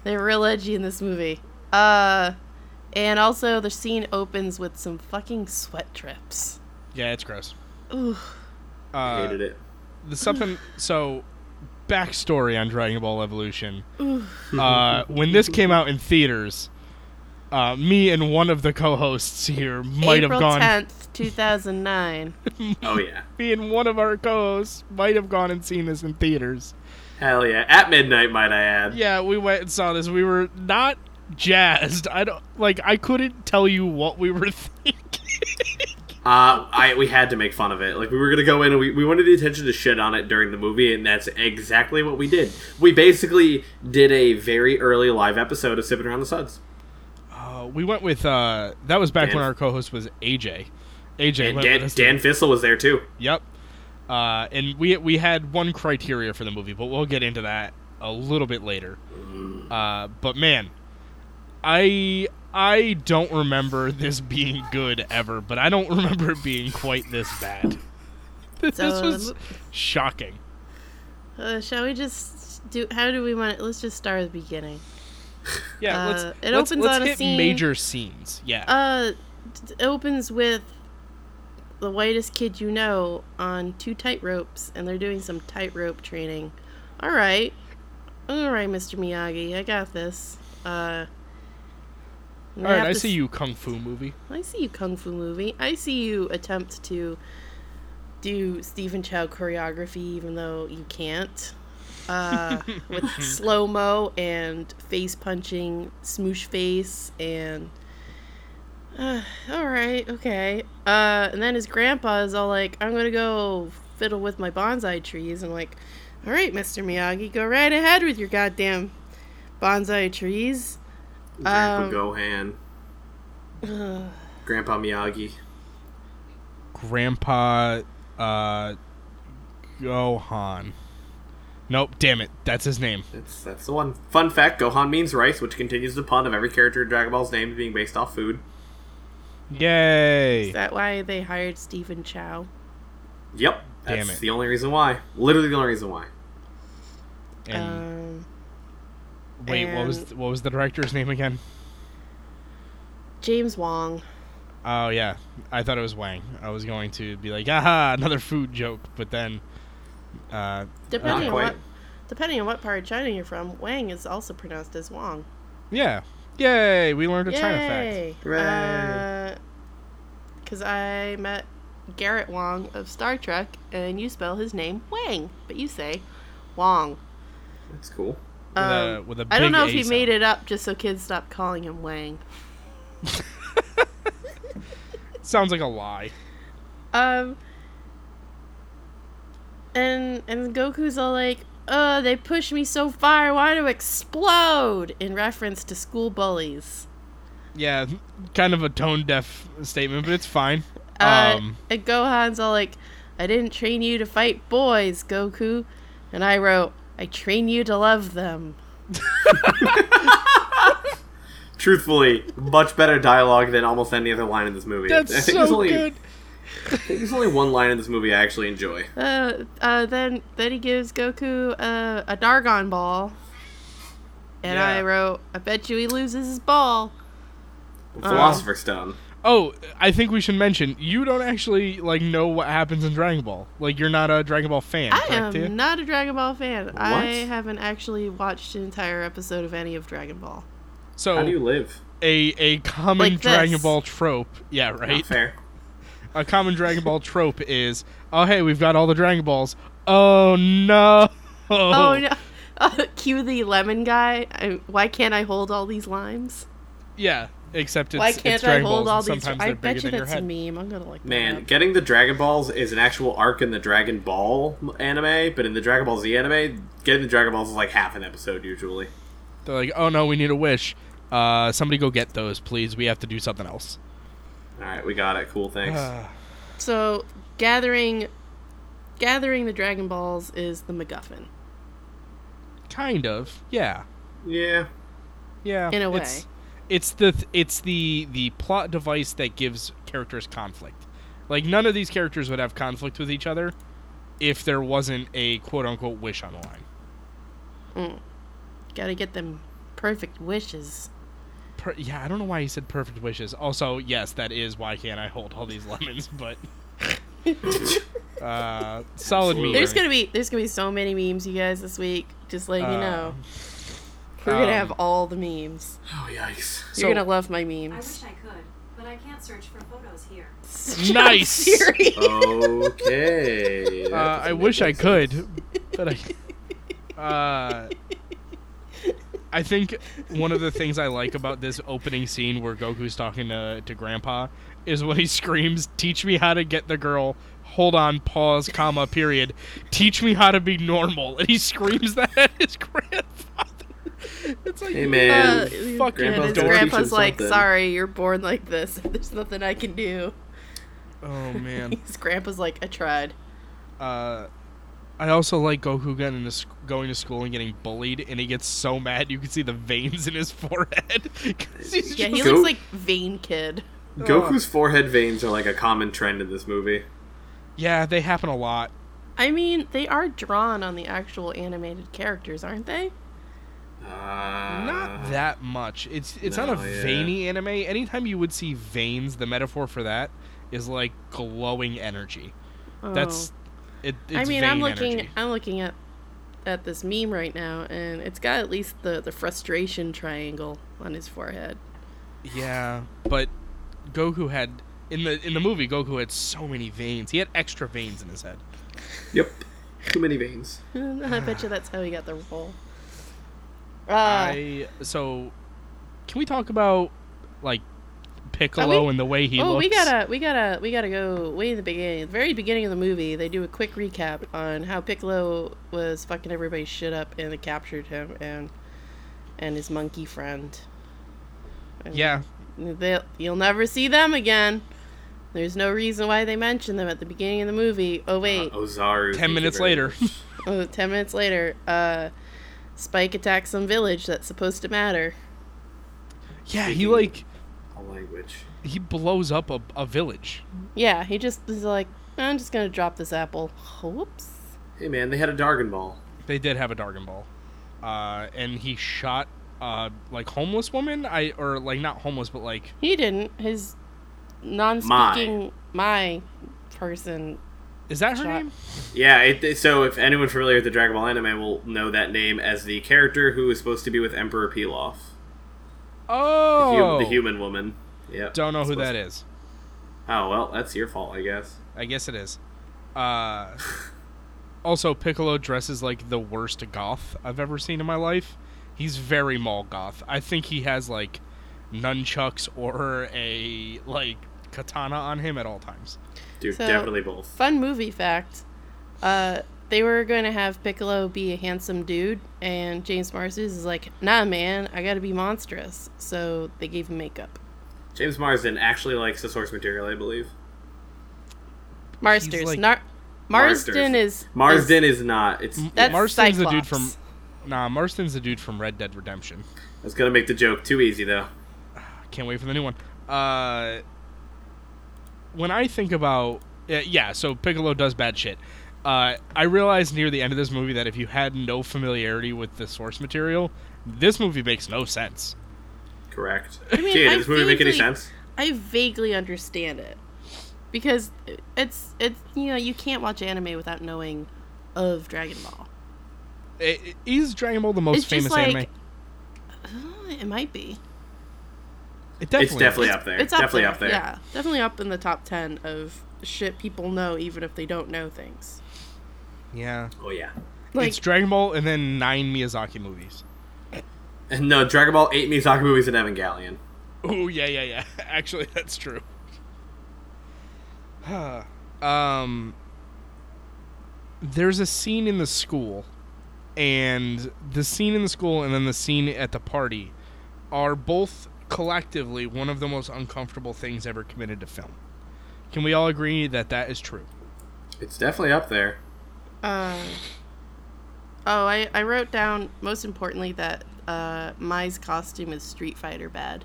Speaker 3: They're real edgy in this movie. Uh, and also the scene opens with some fucking sweat drips.
Speaker 2: Yeah, it's gross.
Speaker 3: Ooh.
Speaker 2: Uh,
Speaker 4: Hated it.
Speaker 2: the something so backstory on Dragon Ball Evolution. uh, when this came out in theaters, uh, me and one of the co-hosts here might have
Speaker 3: April
Speaker 2: gone. [laughs]
Speaker 3: 10th, 2009.
Speaker 4: Oh yeah.
Speaker 2: Me and one of our co-hosts might have gone and seen this in theaters.
Speaker 4: Hell yeah. At midnight, might I add.
Speaker 2: Yeah, we went and saw this. We were not jazzed. I don't like. I couldn't tell you what we were [laughs] thinking.
Speaker 4: Uh, I we had to make fun of it. Like we were gonna go in and we, we wanted the attention to shit on it during the movie, and that's exactly what we did. We basically did a very early live episode of Sipping Around the Suds.
Speaker 2: uh, we went with. Uh, that was back
Speaker 4: Dan-
Speaker 2: when our co-host was AJ. AJ went
Speaker 4: And
Speaker 2: with
Speaker 4: Dan,
Speaker 2: us to
Speaker 4: Dan Fissel was there too.
Speaker 2: Yep. Uh, and we we had one criteria for the movie, but we'll get into that a little bit later. Uh, but man, I I don't remember [laughs] this being good ever, but I don't [laughs] remember it being quite this bad. [laughs] this
Speaker 3: So- um,
Speaker 2: was shocking.
Speaker 3: Uh, shall we just do? How do we want it? Let's just start at the beginning.
Speaker 2: Yeah, let's,
Speaker 3: Uh, it
Speaker 2: let's,
Speaker 3: opens
Speaker 2: let's
Speaker 3: on a
Speaker 2: hit
Speaker 3: scene-
Speaker 2: major scenes. Yeah,
Speaker 3: Uh, t- it opens with the whitest kid you know on two tightropes, and they're doing some tightrope training. All right, all right, Mr. Miyagi, I got this. Uh,
Speaker 2: all right. I see you, kung fu movie.
Speaker 3: I see you, kung fu movie. I see you attempt to do Stephen Chow choreography, even though you can't. Uh, with slow mo and face punching, smoosh face, and uh, all right, okay. Uh, and then his grandpa is all like, "I'm gonna go fiddle with my bonsai trees," and I'm like, "All right, Mister Miyagi, go right ahead with your goddamn bonsai trees."
Speaker 4: Grandpa
Speaker 3: Um,
Speaker 4: Gohan, Grandpa Miyagi.
Speaker 2: Grandpa uh, Gohan. Nope, damn it, that's his name.
Speaker 4: That's that's the one. Fun fact: Gohan means rice, which continues the pun of every character in Dragon Ball's name being based off food.
Speaker 2: Yay!
Speaker 3: Is that why they hired Stephen Chow?
Speaker 4: Yep.
Speaker 2: Damn
Speaker 4: That's
Speaker 2: it.
Speaker 4: the only reason why. Literally the only reason why.
Speaker 2: And
Speaker 3: Um,
Speaker 2: wait, what was
Speaker 3: and-
Speaker 2: th- what was the director's name again?
Speaker 3: James Wong.
Speaker 2: Oh yeah, I thought it was Wang. I was going to be like, aha, another food joke, but then, uh,
Speaker 3: Depending on
Speaker 4: quite.
Speaker 3: what, depending on what part of China you're from, Wang is also pronounced as Wong.
Speaker 2: yeah, yay, we learned a China fact.
Speaker 3: Yay!
Speaker 4: Hooray.
Speaker 3: Because I met Garrett Wong of Star Trek, and you spell his name Wang, but you say Wong.
Speaker 4: That's cool.
Speaker 2: With
Speaker 3: Um,
Speaker 2: a, with a
Speaker 3: I
Speaker 2: big
Speaker 3: don't know
Speaker 2: A
Speaker 3: if he
Speaker 2: sound.
Speaker 3: made it up just so kids stop calling him Wang.
Speaker 2: Sounds like a lie.
Speaker 3: Um, and and Goku's all like, "Oh, they pushed me so far, I want to explode!" In reference to school bullies.
Speaker 2: Yeah, kind of a tone deaf statement, but it's fine.
Speaker 3: Uh,
Speaker 2: um,
Speaker 3: and Gohan's all like, I didn't train you to fight boys, Goku. And I wrote, I train you to love them.
Speaker 4: Truthfully, much better dialogue than almost any other line in this movie.
Speaker 2: That's
Speaker 4: there's
Speaker 2: so
Speaker 4: only,
Speaker 2: good.
Speaker 4: I think there's only one line in this movie I actually enjoy.
Speaker 3: Uh, uh, then, then he gives Goku uh, a Dargon ball. And
Speaker 2: Yeah.
Speaker 3: I wrote, I bet you he loses his ball.
Speaker 2: Uh,
Speaker 4: Philosopher's Stone.
Speaker 2: Oh, I think we should mention you don't actually like know what happens in Dragon Ball. Like you're not a Dragon Ball fan,
Speaker 3: I
Speaker 2: correct? Tia?
Speaker 3: am not a Dragon Ball fan. I
Speaker 4: What?
Speaker 3: haven't actually watched an entire episode of any of Dragon Ball.
Speaker 2: so
Speaker 4: How do you live?
Speaker 2: a a common
Speaker 3: Like
Speaker 2: Dragon
Speaker 3: this.
Speaker 2: Ball trope. Yeah,
Speaker 4: Not
Speaker 2: right.
Speaker 4: fair.
Speaker 2: A common Dragon Ball trope is, oh hey, we've got all the Dragon Balls. Oh no.
Speaker 3: Oh, no. [laughs] Uh, cue the lemon guy. I, why can't I hold all these limes?
Speaker 2: Yeah, except it's,
Speaker 3: Why
Speaker 2: it's
Speaker 3: can't I
Speaker 2: Dragon
Speaker 3: hold all
Speaker 2: Balls. and
Speaker 3: these?
Speaker 2: Sometimes
Speaker 3: I
Speaker 2: they're
Speaker 3: bet
Speaker 2: bigger
Speaker 3: you
Speaker 2: than your
Speaker 3: that's a
Speaker 2: head.
Speaker 3: meme. I'm gonna like that
Speaker 4: Man,
Speaker 3: up.
Speaker 4: getting the Dragon Balls is an actual arc in the Dragon Ball anime, but in the Dragon Ball Z anime, getting the Dragon Balls is like half an episode usually.
Speaker 2: They're like, oh no, we need a wish. Uh, somebody go get those, please. We have to do something else.
Speaker 4: All right, we got it. Cool, thanks.
Speaker 2: Ah.
Speaker 3: So gathering, gathering the Dragon Balls is the MacGuffin
Speaker 2: [sighs] kind of. Yeah.
Speaker 4: yeah.
Speaker 2: Yeah.
Speaker 3: in a way.
Speaker 2: It's, it's the th- it's the the plot device that gives characters conflict. Like none of these characters would have conflict with each other if there wasn't a quote unquote wish on the line.
Speaker 3: Gotta get them perfect wishes.
Speaker 2: Per- yeah, I don't know why he said perfect wishes. Also, yes, that is why can't I hold all these [laughs] lemons, but uh, solid
Speaker 4: Absolutely.
Speaker 2: meme.
Speaker 3: There's gonna be there's gonna be so many memes, you guys, this week. Just letting you
Speaker 2: Uh,
Speaker 3: know, we're gonna
Speaker 2: um,
Speaker 3: have all the memes.
Speaker 4: Oh yikes.
Speaker 2: So-
Speaker 3: You're gonna love my
Speaker 5: I
Speaker 3: memes.
Speaker 5: wish I could, but I can't search for photos here.
Speaker 3: [laughs]
Speaker 2: Nice.
Speaker 3: Siri.
Speaker 4: Oh, Okay. That
Speaker 2: Uh, I
Speaker 4: doesn't
Speaker 2: wish
Speaker 4: make
Speaker 2: I
Speaker 4: sense.
Speaker 2: could, but I. [laughs] Uh, I think one of the things I like about this opening scene where Goku's talking to, to Grandpa is when he screams, "Teach me how to get the girl." Hold on, pause, comma, period. Teach me how to be normal, and he screams that at his [laughs] grandfather. It's like,
Speaker 4: Hey man.
Speaker 3: Uh,
Speaker 2: Fuck you,
Speaker 3: and his
Speaker 2: Dora.
Speaker 4: Teach him
Speaker 3: grandpa's like,
Speaker 4: something.
Speaker 3: sorry, you're born like this. [laughs] There's nothing I can do.
Speaker 2: oh man.
Speaker 3: His grandpa's like, I tried.
Speaker 2: uh, I also like Goku getting to, sc- going to school and getting bullied, and he gets so mad you can see the veins in his forehead. [laughs] 'Cause he's
Speaker 3: Yeah, he
Speaker 2: just-
Speaker 4: Go-
Speaker 3: looks like Vein Kid.
Speaker 4: Goku's
Speaker 2: oh.
Speaker 4: forehead veins are like a common trend in this movie.
Speaker 2: yeah, they happen a lot.
Speaker 3: I mean, they are drawn on the actual animated characters, aren't they?
Speaker 4: Uh,
Speaker 2: Not that much. It's it's not
Speaker 4: no,
Speaker 2: a
Speaker 4: yeah.
Speaker 2: veiny anime. Anytime you would see veins, the metaphor for that is like glowing energy. That's
Speaker 3: Oh.
Speaker 2: it. It's
Speaker 3: I mean,
Speaker 2: vein
Speaker 3: I'm looking.
Speaker 2: energy.
Speaker 3: I'm looking at at this meme right now, and it's got at least the the frustration triangle on his forehead. [laughs]
Speaker 2: Yeah, but Goku had in the in the movie. Goku had so many veins. He had extra veins in his head.
Speaker 4: Yep. Too many veins.
Speaker 3: I bet you that's how he got the role. Uh,
Speaker 2: I so can we talk about like Piccolo
Speaker 3: Are we-
Speaker 2: and the way he
Speaker 3: oh,
Speaker 2: looks?
Speaker 3: we gotta, we gotta, we gotta go way in the beginning, the very beginning of the movie. They do a quick recap on how Piccolo was fucking everybody's shit up, and they captured him and and his monkey friend. And
Speaker 2: Yeah,
Speaker 3: they you'll never see them again. There's no reason why they mention them at the beginning of the movie. Oh wait,
Speaker 4: Uh, Ozaru. thank
Speaker 2: ten
Speaker 4: you
Speaker 2: minutes
Speaker 4: very
Speaker 2: later. [laughs]
Speaker 4: much.
Speaker 3: oh, ten minutes later, uh, Spike attacks some village that's supposed to matter.
Speaker 2: yeah, he like
Speaker 4: A language.
Speaker 2: he blows up a, a village.
Speaker 3: Yeah, he just is like, I'm just gonna drop this apple. Whoops.
Speaker 4: Hey man, they had a Dargon Ball.
Speaker 2: They did have a Dragon Ball, uh, and he shot uh like homeless woman. I or like not homeless, but like
Speaker 3: He didn't. His non-speaking my, person.
Speaker 2: is that her
Speaker 3: Shot-
Speaker 2: name?
Speaker 4: Yeah, it, it- so if anyone familiar with the Dragon Ball anime will know that name as the character who is supposed to be with Emperor Pilaf. The hu-
Speaker 2: Oh,
Speaker 4: The human woman. Yep.
Speaker 2: don't know who that
Speaker 4: Supposed-
Speaker 2: is.
Speaker 4: Oh, well, that's your fault, I guess.
Speaker 2: I guess it is. Uh, [laughs] also, Piccolo dresses like the worst goth I've ever seen in my life. He's very mall goth. I think he has like nunchucks or a like katana on him at all times.
Speaker 4: Dude,
Speaker 3: So-
Speaker 4: definitely both.
Speaker 3: Fun movie fact. Uh, they were going to have Piccolo be a handsome dude, and James Marsden is like, nah, man, I gotta be monstrous. So they gave him makeup.
Speaker 4: James Marsden actually likes the source material, I believe.
Speaker 3: Marsters,
Speaker 2: like-
Speaker 3: nar- Marsden
Speaker 4: Marsden.
Speaker 3: is
Speaker 4: Marsden is not. It's.
Speaker 3: That's
Speaker 2: Marston's the dude from.
Speaker 3: Cyclops.
Speaker 2: Nah, Marston's the dude from Red Dead Redemption.
Speaker 4: I was gonna make the joke too easy though.
Speaker 2: Can't wait for the new one. Uh, when I think about uh, yeah, so Piccolo does bad shit. Uh, I realized near the end of this movie that if you had no familiarity with the source material, this movie makes no sense.
Speaker 4: Correct.
Speaker 3: mean,
Speaker 4: Gee,
Speaker 3: I
Speaker 4: does this movie make any
Speaker 3: vaguely-
Speaker 4: sense?
Speaker 3: I vaguely understand it because it's it's you know you can't watch anime without knowing of Dragon Ball.
Speaker 2: I- I- Is Dragon Ball the most
Speaker 3: it's
Speaker 2: famous
Speaker 3: just like
Speaker 2: anime?
Speaker 3: uh, it might be.
Speaker 2: It definitely.
Speaker 4: It's definitely up there.
Speaker 3: It's up
Speaker 4: definitely
Speaker 3: there.
Speaker 4: up there.
Speaker 3: Yeah, definitely up in the top ten of shit people know even if they don't know things.
Speaker 2: Yeah.
Speaker 4: Oh yeah.
Speaker 3: Like
Speaker 2: it's Dragon Ball and then nine Miyazaki movies.
Speaker 4: And no, Dragon Ball eight Miyazaki movies and Evangelion.
Speaker 2: Oh yeah, yeah, yeah. [laughs] Actually, that's true. [sighs] Huh. um, there's a scene in the school, and the scene in the school, and then the scene at the party, are both collectively one of the most uncomfortable things ever committed to film. Can we all agree that that is true?
Speaker 4: It's definitely up there.
Speaker 3: Uh, oh, I, I wrote down most importantly that uh, Mai's costume is Street Fighter bad.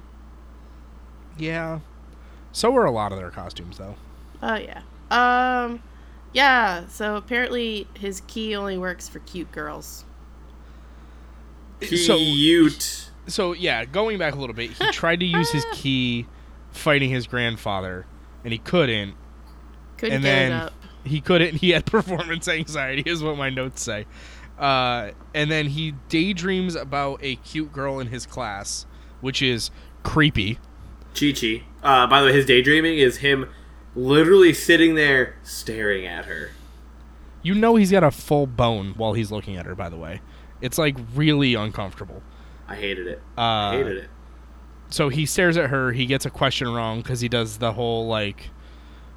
Speaker 2: Yeah. So are a lot of their costumes, though.
Speaker 3: Oh yeah. Um, yeah. So apparently his key only works for cute girls.
Speaker 2: So-
Speaker 4: Cute.
Speaker 2: so yeah, going back a little bit, he tried to use his key fighting his grandfather, and he couldn't.
Speaker 3: Couldn't
Speaker 2: and
Speaker 3: get
Speaker 2: then
Speaker 3: it up.
Speaker 2: he couldn't. He had [laughs] performance anxiety, is what my notes say. Uh, and then he daydreams about a cute girl in his class, which is creepy.
Speaker 4: Chi Chi. Uh, by the way, his daydreaming is him literally sitting there staring at her.
Speaker 2: You know he's got a full bone while he's looking at her. By the way, it's like really uncomfortable.
Speaker 4: I hated it.
Speaker 2: Uh, [laughs]
Speaker 4: I hated it.
Speaker 2: So he stares at her. He gets a question wrong because he does the whole like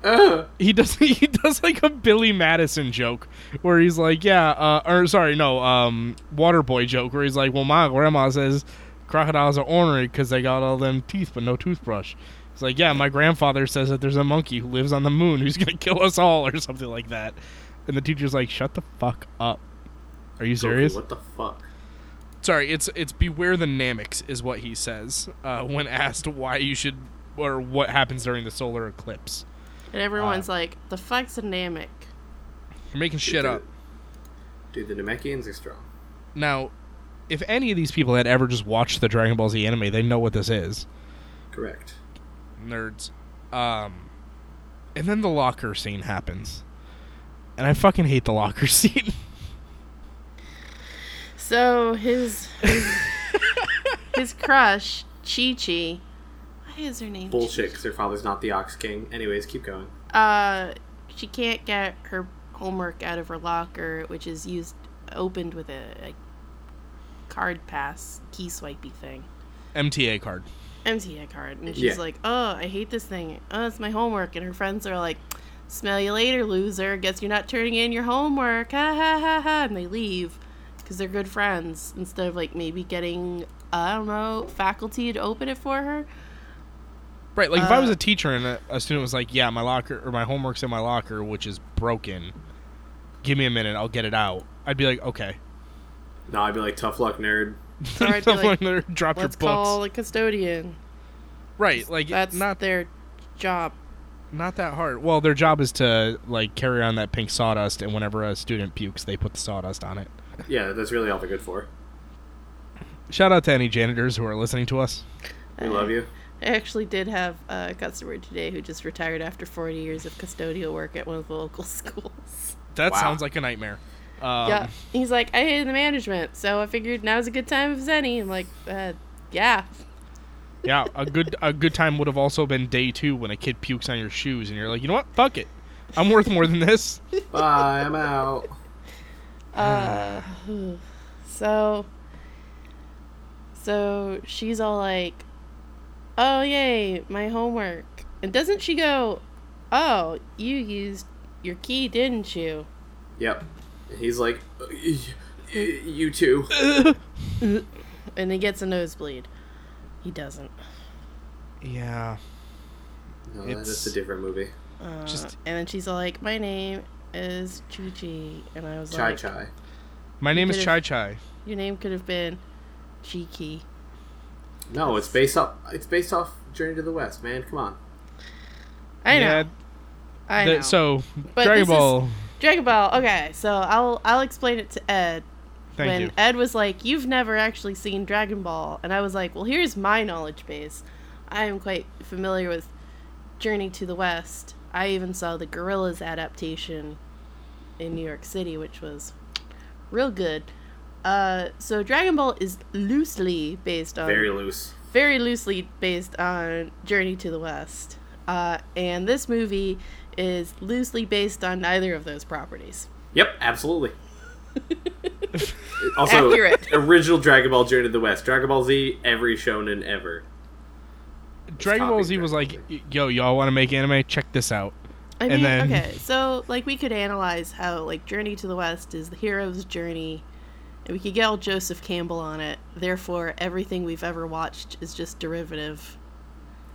Speaker 4: Uh,
Speaker 2: he does [laughs] he does like a Billy Madison joke where he's like, yeah, uh, or sorry, no, um, Waterboy joke where he's like, well, my grandma says crocodiles are ornery because they got all them teeth but no toothbrush. It's like, yeah, my grandfather says that there's a monkey who lives on the moon who's [laughs] gonna kill us all or something like that, and the teacher's like, shut the fuck up. Are you serious?
Speaker 4: What the fuck?
Speaker 2: Sorry, it's it's beware the Namix is what he says uh, when asked why you should or what happens during the solar eclipse.
Speaker 3: And everyone's like, "The fuck's dynamic."
Speaker 2: You're making shit up.
Speaker 4: Dude, the Namekians are strong.
Speaker 2: Now, if any of these people had ever just watched the Dragon Ball Z anime, they know what this is.
Speaker 4: Correct.
Speaker 2: Nerds. Um, and then the locker scene happens. And I fucking hate the locker [laughs] scene.
Speaker 3: So his
Speaker 2: [laughs]
Speaker 3: his, his crush Chi Chi. Why is her name?
Speaker 4: Bullshit, because her father's not the Ox King. Anyways, keep going.
Speaker 3: Uh, she can't get her homework out of her locker, which is used opened with a, a card pass key swipey thing.
Speaker 2: MTA card.
Speaker 3: MTA card, and she's
Speaker 4: Yeah.
Speaker 3: like, "Oh, I hate this thing. Oh, it's my homework." And her friends are like, "Smell you later, loser. Guess you're not turning in your homework." Ha ha ha ha! And they leave because they're good friends. Instead of like maybe getting, I don't know, faculty to open it for her.
Speaker 2: Right, like if I was
Speaker 3: Uh,
Speaker 2: a teacher and a, a student was like, "Yeah, my locker or my homework's in my locker, which is broken. Give me a minute, I'll get it out." I'd be like, "Okay."
Speaker 4: No, I'd be like, tough luck, nerd.
Speaker 2: [laughs]
Speaker 3: Or I'd be like,
Speaker 2: drop your
Speaker 3: "Let's
Speaker 2: books.
Speaker 3: call the custodian.
Speaker 2: right, like
Speaker 3: That's
Speaker 2: not
Speaker 3: not their job."
Speaker 2: Not that hard. Well, their job is to like carry on that pink sawdust, and whenever a student pukes, they put the sawdust on it.
Speaker 4: Yeah, that's really all they're good for.
Speaker 2: Shout out to any janitors who are listening to us.
Speaker 4: We love you.
Speaker 3: I actually did have a customer today who just retired after 40 years of custodial work at one of the local [laughs] schools.
Speaker 2: That
Speaker 4: Wow.
Speaker 2: sounds like a nightmare. Um,
Speaker 3: yeah. He's like, I hated the management, so I figured now's a good time if there's any. I'm like, uh, yeah.
Speaker 2: [laughs] yeah. A good a good time would have also been day two when a kid pukes on your shoes, and you're like, you know what? Fuck it. I'm worth more than this.
Speaker 4: Bye, I'm out.
Speaker 3: Uh, so, so she's all like, oh, yay, my homework. And doesn't she go, oh, you used your key, didn't you?
Speaker 4: Yep. And he's like, "Uh, y- y- you too.
Speaker 3: And he gets a nosebleed. He doesn't.
Speaker 2: Yeah.
Speaker 4: No,
Speaker 2: It's-
Speaker 4: that's a different movie.
Speaker 3: Uh,
Speaker 2: Just-
Speaker 3: and then she's all like, "My name is Gigi, and I was
Speaker 4: Chai
Speaker 3: like,
Speaker 4: Chai.
Speaker 2: My name is
Speaker 3: did it.
Speaker 2: Chai Chai.
Speaker 3: your name could have been Cheeky.
Speaker 4: No, it's based off. It's based off Journey to the West, man. Come on.
Speaker 3: I know.
Speaker 2: Yeah,
Speaker 3: I
Speaker 2: the-
Speaker 3: know.
Speaker 2: So
Speaker 3: But
Speaker 2: Dragon
Speaker 3: this is-
Speaker 2: Ball.
Speaker 3: Dragon Ball. Okay, so I'll I'll explain it to Ed.
Speaker 2: Thank
Speaker 3: when
Speaker 2: you.
Speaker 3: Ed was like, "You've never actually seen Dragon Ball," and I was like, "Well, here's my knowledge base. I am quite familiar with Journey to the West. I even saw the Gorillas adaptation in New York City, which was real good." Uh, so Dragon Ball is loosely based on
Speaker 2: Um,
Speaker 4: Very loose.
Speaker 3: very loosely based on Journey to the West. Uh, and this movie is loosely based on neither of those properties.
Speaker 4: Yep,
Speaker 2: [laughs]
Speaker 4: absolutely. also,
Speaker 3: Accurate.
Speaker 4: original Dragon Ball Journey to the West, Dragon Ball Z, every shonen ever.
Speaker 2: Dragon Ball
Speaker 4: copying
Speaker 2: Z was
Speaker 4: Dragon
Speaker 2: like, yo, y'all want to make anime? Check this out.
Speaker 3: I
Speaker 2: And
Speaker 3: mean,
Speaker 2: then-
Speaker 3: okay, so like we could analyze how like Journey to the West is the hero's journey, and we could get all Joseph Campbell on it. Therefore, everything we've ever watched is just derivative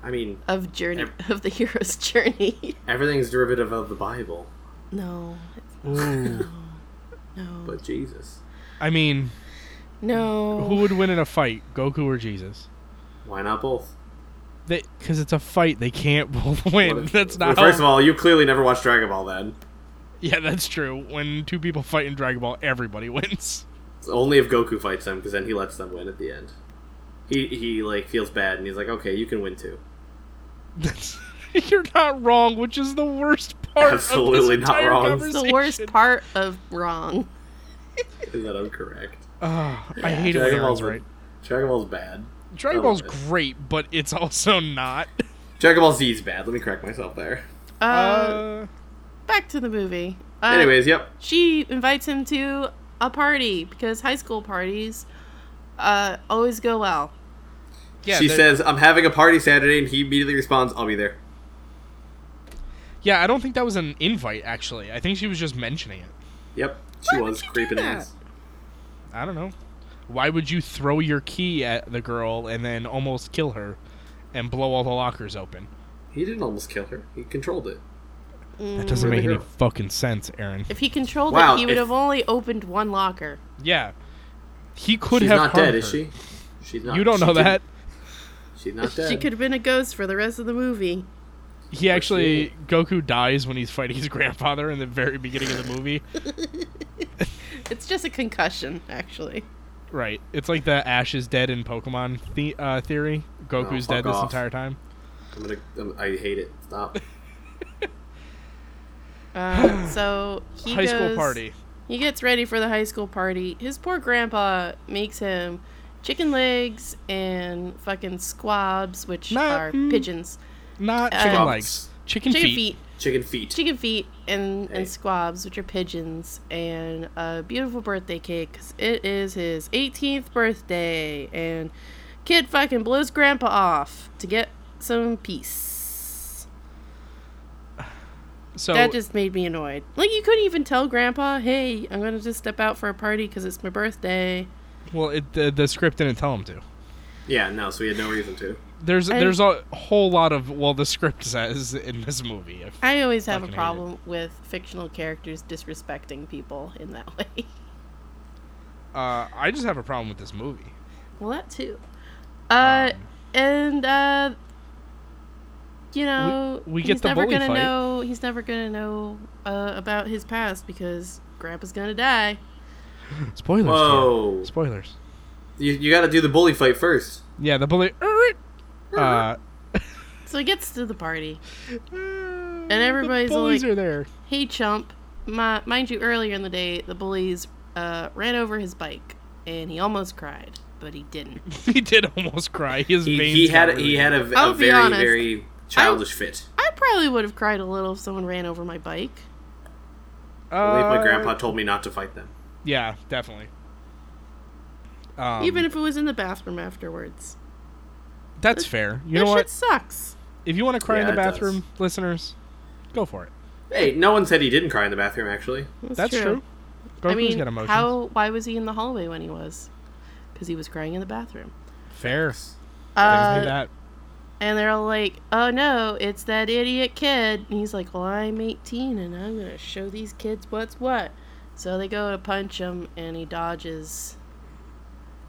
Speaker 4: I mean,
Speaker 3: of journey
Speaker 4: Ev-
Speaker 3: of the hero's [laughs] journey.
Speaker 4: everything's derivative of the Bible,
Speaker 3: no,
Speaker 2: Ooh.
Speaker 3: no,
Speaker 4: [laughs] but Jesus.
Speaker 2: I mean,
Speaker 3: no.
Speaker 2: who would win in a fight, Goku or Jesus?
Speaker 4: Why not both?
Speaker 2: Because it's a fight. They can't [laughs] both win.
Speaker 4: What if-
Speaker 2: that's
Speaker 4: well,
Speaker 2: not.
Speaker 4: First of
Speaker 2: how,
Speaker 4: all, you clearly never watched Dragon Ball then.
Speaker 2: yeah, that's true. When two people fight in Dragon Ball, everybody wins. [laughs]
Speaker 4: It's only if Goku fights them, because then he lets them win at the end. He, he like feels bad and he's like, okay, you can win too.
Speaker 2: That's, [laughs] you're not wrong, which is the worst part.
Speaker 4: Absolutely
Speaker 2: of
Speaker 4: not
Speaker 2: this entire
Speaker 4: wrong.
Speaker 3: It's
Speaker 2: Conversation.
Speaker 3: the worst part of wrong.
Speaker 4: Is that incorrect?
Speaker 2: Ah, I hate it when
Speaker 4: Dragon
Speaker 2: everyone's
Speaker 4: Ball's
Speaker 2: right.
Speaker 4: right. Dragon Ball's bad.
Speaker 2: Dragon
Speaker 4: I love
Speaker 2: Ball's
Speaker 4: it.
Speaker 2: great, but it's [laughs] also not.
Speaker 4: Dragon Ball Z's bad. Let me correct myself there.
Speaker 3: Uh,
Speaker 2: Uh,
Speaker 3: back to the movie. Uh,
Speaker 4: Anyways, yep.
Speaker 3: she invites him to a party because high school parties uh, always go well.
Speaker 2: yeah,
Speaker 4: she
Speaker 2: the-
Speaker 4: says, I'm having a party Saturday, and he immediately responds, I'll be there.
Speaker 2: Yeah, I don't think that was an invite. Actually, I think she was just mentioning it.
Speaker 4: Yep. She
Speaker 3: Why would
Speaker 4: was
Speaker 3: you do
Speaker 4: creeping
Speaker 3: that?
Speaker 4: ass.
Speaker 2: I don't know. Why would you throw your key at the girl and then almost kill her and blow all the lockers open?
Speaker 4: He didn't almost kill her. He controlled it.
Speaker 2: That doesn't
Speaker 4: Where'd
Speaker 2: make
Speaker 4: the
Speaker 2: any
Speaker 4: girl-
Speaker 2: fucking sense, Aaron.
Speaker 3: If he controlled
Speaker 4: Wow,
Speaker 3: it, he would
Speaker 4: if-
Speaker 3: have only opened one locker.
Speaker 2: Yeah. He could
Speaker 4: She's
Speaker 2: have
Speaker 4: not
Speaker 2: harmed
Speaker 4: dead, is
Speaker 2: her.
Speaker 4: she? She's not.
Speaker 2: You don't
Speaker 4: She
Speaker 2: know
Speaker 4: didn't-
Speaker 2: that.
Speaker 4: She's not
Speaker 3: [laughs]
Speaker 4: dead.
Speaker 3: She could have been a ghost for the rest of the movie. [laughs]
Speaker 2: He actually Goku dies when he's fighting his [laughs] grandfather in the very beginning of the movie.
Speaker 3: It's just a concussion, actually.
Speaker 2: right. It's like the Ash is dead in Pokemon the- uh, theory. Goku's
Speaker 4: Oh, fuck
Speaker 2: dead this
Speaker 4: off.
Speaker 2: entire time.
Speaker 4: I'm gonna, I'm, I hate it.
Speaker 3: [laughs]
Speaker 4: Stop.
Speaker 2: [gasps]
Speaker 3: Um, so he
Speaker 2: High school
Speaker 3: goes-
Speaker 2: party.
Speaker 3: He gets ready for the high school party. His poor grandpa makes him chicken legs and fucking squabs, which
Speaker 2: Nah,
Speaker 3: are
Speaker 2: mm.
Speaker 3: pigeons,
Speaker 2: Not
Speaker 3: Uh,
Speaker 2: chicken
Speaker 3: Chicken
Speaker 2: legs. Chicken,
Speaker 3: chicken
Speaker 2: feet.
Speaker 3: feet,
Speaker 4: Chicken feet.
Speaker 3: chicken feet and,
Speaker 4: Hey.
Speaker 3: and squabs, which are pigeons, and a beautiful birthday cake 'cause it is his 18th birthday, and kid fucking blows grandpa off to get some peace.
Speaker 2: So
Speaker 3: that just made me annoyed. Like you couldn't even tell grandpa, "Hey, I'm gonna just step out for a party because it's my birthday."
Speaker 2: well, it, the, the script didn't tell him to.
Speaker 4: Yeah, no, so we had no reason to.
Speaker 2: There's
Speaker 3: I-
Speaker 2: there's a whole lot of well the script [laughs] says in this movie. If-
Speaker 3: I always have a
Speaker 2: Fucking hate it.
Speaker 3: problem with fictional characters disrespecting people in that [laughs] way.
Speaker 2: Uh, I just have a problem with this movie.
Speaker 3: well, that too. Uh,
Speaker 2: Um,
Speaker 3: and uh, you know,
Speaker 2: we
Speaker 3: he's
Speaker 2: get the
Speaker 3: never
Speaker 2: bully
Speaker 3: gonna
Speaker 2: fight.
Speaker 3: know. He's never gonna know uh, about his past because Grandpa's gonna die.
Speaker 2: Spoilers.
Speaker 4: Whoa.
Speaker 2: Kid. Spoilers.
Speaker 4: You, you gotta do the bully fight first.
Speaker 2: Yeah, the bully.
Speaker 3: Uh-huh.
Speaker 2: Uh,
Speaker 3: So he gets to the party.
Speaker 2: and
Speaker 3: everybody's
Speaker 2: the bullies
Speaker 3: like-
Speaker 2: are there. [laughs]
Speaker 3: Hey, chump! My, mind you, earlier in the day, the bullies uh, ran over his bike, and he almost cried, but he
Speaker 2: [laughs]
Speaker 3: didn't.
Speaker 2: he did almost cry. His
Speaker 4: He,
Speaker 2: veins.
Speaker 4: he
Speaker 2: got
Speaker 4: had a-
Speaker 2: really
Speaker 4: he had a, a
Speaker 3: I'll be
Speaker 4: very
Speaker 3: honest.
Speaker 4: very childish fit.
Speaker 3: I probably would have cried a little if someone ran over my bike.
Speaker 2: bad.
Speaker 4: Only if my
Speaker 2: Uh,
Speaker 4: grandpa told me not to fight them.
Speaker 2: Yeah, definitely. Um,
Speaker 3: Even if it was in the bathroom afterwards.
Speaker 2: that's fair. You
Speaker 3: that
Speaker 2: know
Speaker 3: shit
Speaker 2: what?
Speaker 3: sucks.
Speaker 2: If you want to cry in
Speaker 4: Yeah,
Speaker 2: the
Speaker 4: it does.
Speaker 2: bathroom, listeners, go for it.
Speaker 4: Hey, no one said he didn't cry in the bathroom. Actually,
Speaker 3: That's,
Speaker 2: That's true. Goku's
Speaker 3: I mean,
Speaker 2: got emotions.
Speaker 3: how? Why was he in the hallway when he was? Because he was crying in the bathroom.
Speaker 2: fair?
Speaker 3: Uh,
Speaker 2: that.
Speaker 3: And they're all like, "Oh no, it's that idiot kid." And he's like, "Well, I'm 18 and I'm going to show these kids what's what." So they go to punch him and he dodges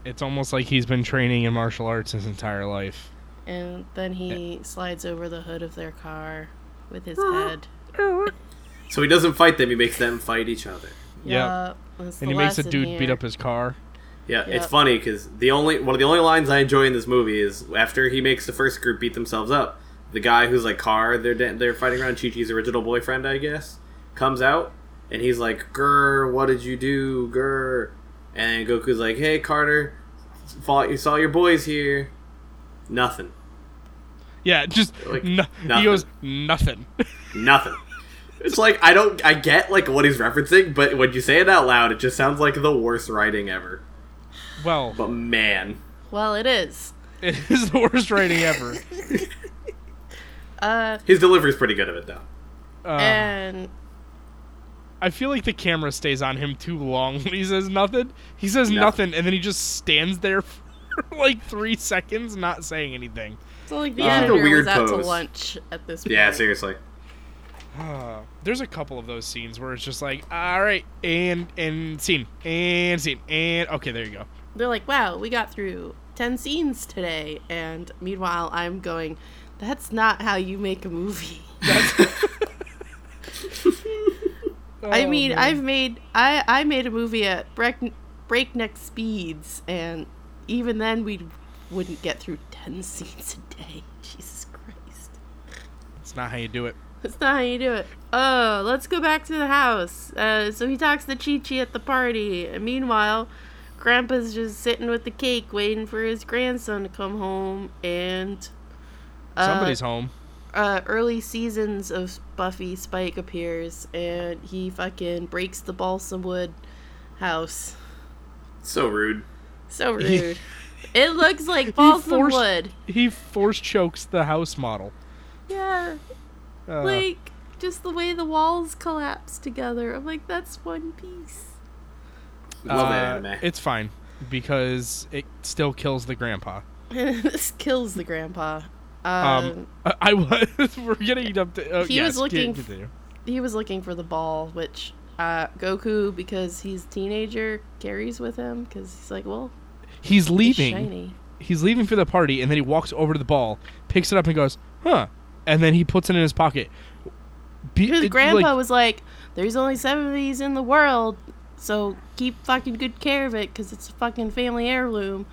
Speaker 2: It's almost like he's been training in martial arts his entire life.
Speaker 3: and then he slides over the hood of their car with
Speaker 2: Ah.
Speaker 3: his head.
Speaker 4: So he doesn't fight them; he makes them fight each other.
Speaker 2: Yeah.
Speaker 3: Yup, that's
Speaker 2: And
Speaker 3: the
Speaker 2: he makes a
Speaker 3: lesson
Speaker 2: dude beat
Speaker 3: here.
Speaker 2: up his car.
Speaker 4: Yeah,
Speaker 3: Yeah.
Speaker 4: it's funny because the only one of the only lines I enjoy in this movie is after he makes the first group beat themselves up. The guy who's like car they're da- they're fighting around Chi Chi's original boyfriend, I guess, comes out and he's like, "Grr, what did you do, grr?" And Goku's like, "Hey, Carter, fought, you saw your boys here." Nothing,
Speaker 2: Yeah, [laughs] just
Speaker 4: Like,
Speaker 2: no- he
Speaker 4: nothing.
Speaker 2: goes nothing. [laughs]
Speaker 4: nothing. It's like I don't I get like what he's referencing, but when you say it out loud, it just sounds like the worst writing ever.
Speaker 2: well,
Speaker 4: But man,
Speaker 3: Well, it is.
Speaker 2: it [laughs] is the worst rating
Speaker 4: [laughs]
Speaker 2: ever.
Speaker 3: Uh,
Speaker 4: his delivery's pretty good of it though.
Speaker 2: Uh,
Speaker 3: and
Speaker 2: I feel like the camera stays on him too long when he says nothing. He says
Speaker 4: No.
Speaker 2: nothing, and then he just stands there [laughs] for like three seconds, not saying anything. [sighs]
Speaker 3: so like the
Speaker 4: This is a
Speaker 3: editor
Speaker 4: weird
Speaker 3: was out to
Speaker 4: pose.
Speaker 3: lunch at this point.
Speaker 4: Yeah, seriously.
Speaker 2: Uh, there's a couple of those scenes where it's just like, all right, and and scene, and scene, and okay, there you go.
Speaker 3: They're like, "Wow, we got through ten scenes today," and meanwhile, I'm going, "That's not how you make a movie." [laughs]
Speaker 2: [laughs]
Speaker 3: I
Speaker 2: Oh,
Speaker 3: mean,
Speaker 2: man.
Speaker 3: I've made I I made a movie at break, breakneck speeds, and even then we wouldn't get through ten [laughs] scenes a day. Jesus Christ,
Speaker 2: It's not how you do it.
Speaker 3: that's not how you do it. Oh, let's go back to the house. Uh, so he talks to Chi Chi at the party, and meanwhile, Grandpa's just sitting with the cake, waiting for his grandson to come home, and. uh,
Speaker 2: Somebody's home.
Speaker 3: uh, early seasons of Buffy, Spike appears and he fucking breaks the balsam wood house.
Speaker 4: So rude.
Speaker 2: [laughs]
Speaker 3: So
Speaker 2: He-
Speaker 3: rude. it looks like balsam
Speaker 2: forced-
Speaker 3: wood.
Speaker 2: He force chokes the house model.
Speaker 3: Yeah,
Speaker 2: Uh,
Speaker 3: like just the way the walls collapse together. I'm like, that's one piece.
Speaker 4: Love
Speaker 2: uh,
Speaker 4: that anime.
Speaker 2: It's fine because it still kills the grandpa.
Speaker 3: [laughs] this kills the grandpa. Um,
Speaker 2: Um, [laughs] I- I was. [laughs] we're getting up to. oh,
Speaker 3: He
Speaker 2: yes,
Speaker 3: was looking
Speaker 2: can- continue.
Speaker 3: he was looking for the ball, which uh, Goku, because he's a teenager, carries with him because he's like, well,
Speaker 2: He's
Speaker 3: it's
Speaker 2: leaving.
Speaker 3: shiny. [laughs]
Speaker 2: he's leaving for the party and then he walks over to the ball picks it up and goes huh and then he puts it in his pocket Be-
Speaker 3: His
Speaker 2: it-
Speaker 3: grandpa
Speaker 2: like,
Speaker 3: was like, "There's only seven of these in the world, so keep fucking good care of it, cause it's a fucking family heirloom."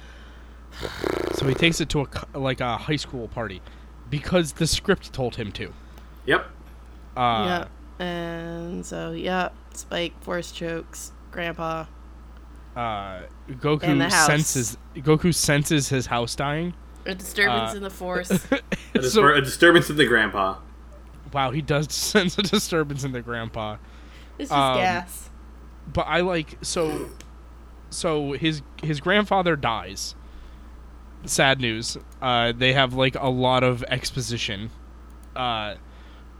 Speaker 2: so he takes it to a co- like a high school party because the script told him to
Speaker 4: Yep.
Speaker 2: uh,
Speaker 3: yeah, and so yeah, Spike force chokes grandpa.
Speaker 2: uh,
Speaker 3: In the
Speaker 2: goku
Speaker 3: house.
Speaker 2: senses goku senses his house dying
Speaker 3: A disturbance
Speaker 2: Uh,
Speaker 3: in
Speaker 2: [laughs]
Speaker 3: the force.
Speaker 4: A, disper-
Speaker 2: so,
Speaker 4: a disturbance of the grandpa.
Speaker 2: wow he does [laughs] sense a disturbance in the grandpa
Speaker 3: This is
Speaker 2: Um,
Speaker 3: gas.
Speaker 2: but I like so so his his grandfather dies. Sad news. Uh, they have like a lot of exposition. Uh,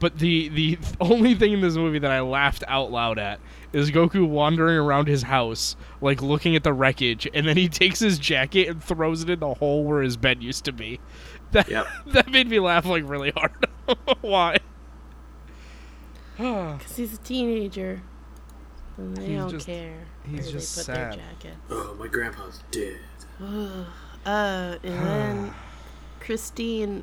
Speaker 2: but the the [laughs] only thing in this movie that I laughed out loud at is Goku wandering around his house, like looking at the wreckage, and then he [laughs] takes his jacket and throws it in the hole where his bed used to be. [laughs] That
Speaker 4: Yep.
Speaker 2: that made me laugh like really hard. [laughs] Why?
Speaker 3: Cause he's a teenager. And they
Speaker 2: He's
Speaker 3: don't
Speaker 2: just-
Speaker 3: care.
Speaker 2: he's
Speaker 3: where they
Speaker 2: just
Speaker 3: put
Speaker 2: sad.
Speaker 3: Their jackets.
Speaker 4: Oh, my grandpa's dead.
Speaker 3: Uh,
Speaker 2: [sighs]
Speaker 3: and then Christine,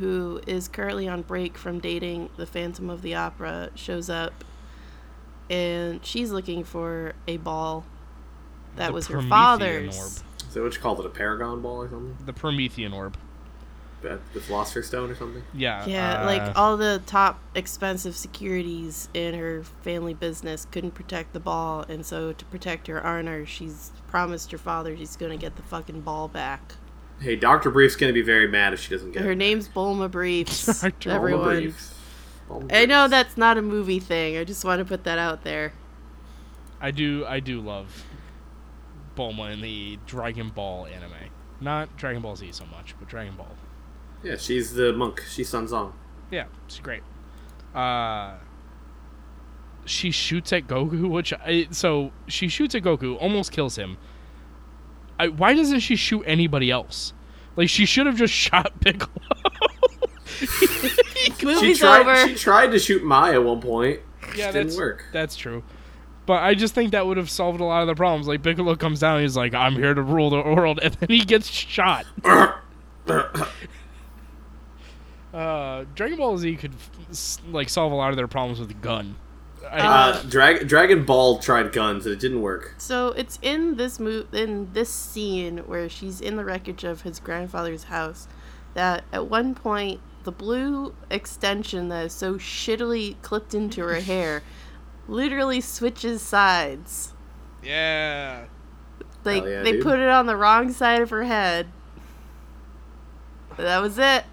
Speaker 3: who is currently on break from dating the Phantom of the Opera, shows up and she's looking for a ball that
Speaker 2: The
Speaker 3: was her
Speaker 2: Promethean
Speaker 3: father's.
Speaker 2: orb.
Speaker 4: So what you called it, a paragon ball or something?
Speaker 2: The Promethean orb.
Speaker 4: Uh, The philosopher's stone or something?
Speaker 2: Yeah.
Speaker 3: Yeah,
Speaker 2: uh,
Speaker 3: like all the top expensive securities in her family business couldn't protect the ball, and so to protect her honor, she's promised her father she's gonna get the fucking ball back.
Speaker 4: Hey, Doctor Brief's gonna be very mad if she doesn't get
Speaker 3: Her
Speaker 4: it.
Speaker 3: name's Bulma Briefs.
Speaker 2: Dr. Bulma
Speaker 4: Bulma
Speaker 3: everyone.
Speaker 4: Briefs. Bulma
Speaker 3: I know
Speaker 4: Briefs.
Speaker 3: that's not a movie thing. I just want to put that out there.
Speaker 2: I do I do love Bulma in the Dragon Ball anime. Not Dragon Ball Z so much, but Dragon Ball.
Speaker 4: Yeah, she's the monk. She's Sun Song.
Speaker 2: Yeah, it's great. Uh she shoots at Goku, which I, so she shoots at Goku, almost kills him. [laughs] I, why doesn't she shoot anybody else? Like she should have just shot Piccolo.
Speaker 4: She
Speaker 3: Movie's
Speaker 4: tried,
Speaker 3: over.
Speaker 4: she tried to shoot Mai at one point.
Speaker 2: yeah,
Speaker 4: didn't
Speaker 2: that's
Speaker 4: work.
Speaker 2: that's true. But I just think that would have solved a lot of the problems. Like Piccolo comes down, he's like, "I'm here to rule the world," [laughs] and then he gets
Speaker 4: [coughs]
Speaker 2: shot. Uh, Dragon Ball Z could s- like solve a lot of their problems with a gun. I-
Speaker 4: Uh, Drag- Dragon Ball tried guns and it didn't work.
Speaker 3: So it's in this mo- in this scene where she's in the wreckage of his grandfather's house that at one point the blue extension that is so shittily clipped into her hair literally switches sides.
Speaker 2: yeah.
Speaker 3: Like
Speaker 4: Hell yeah,
Speaker 3: they
Speaker 4: dude.
Speaker 3: put it on the wrong side of her head. But that was it.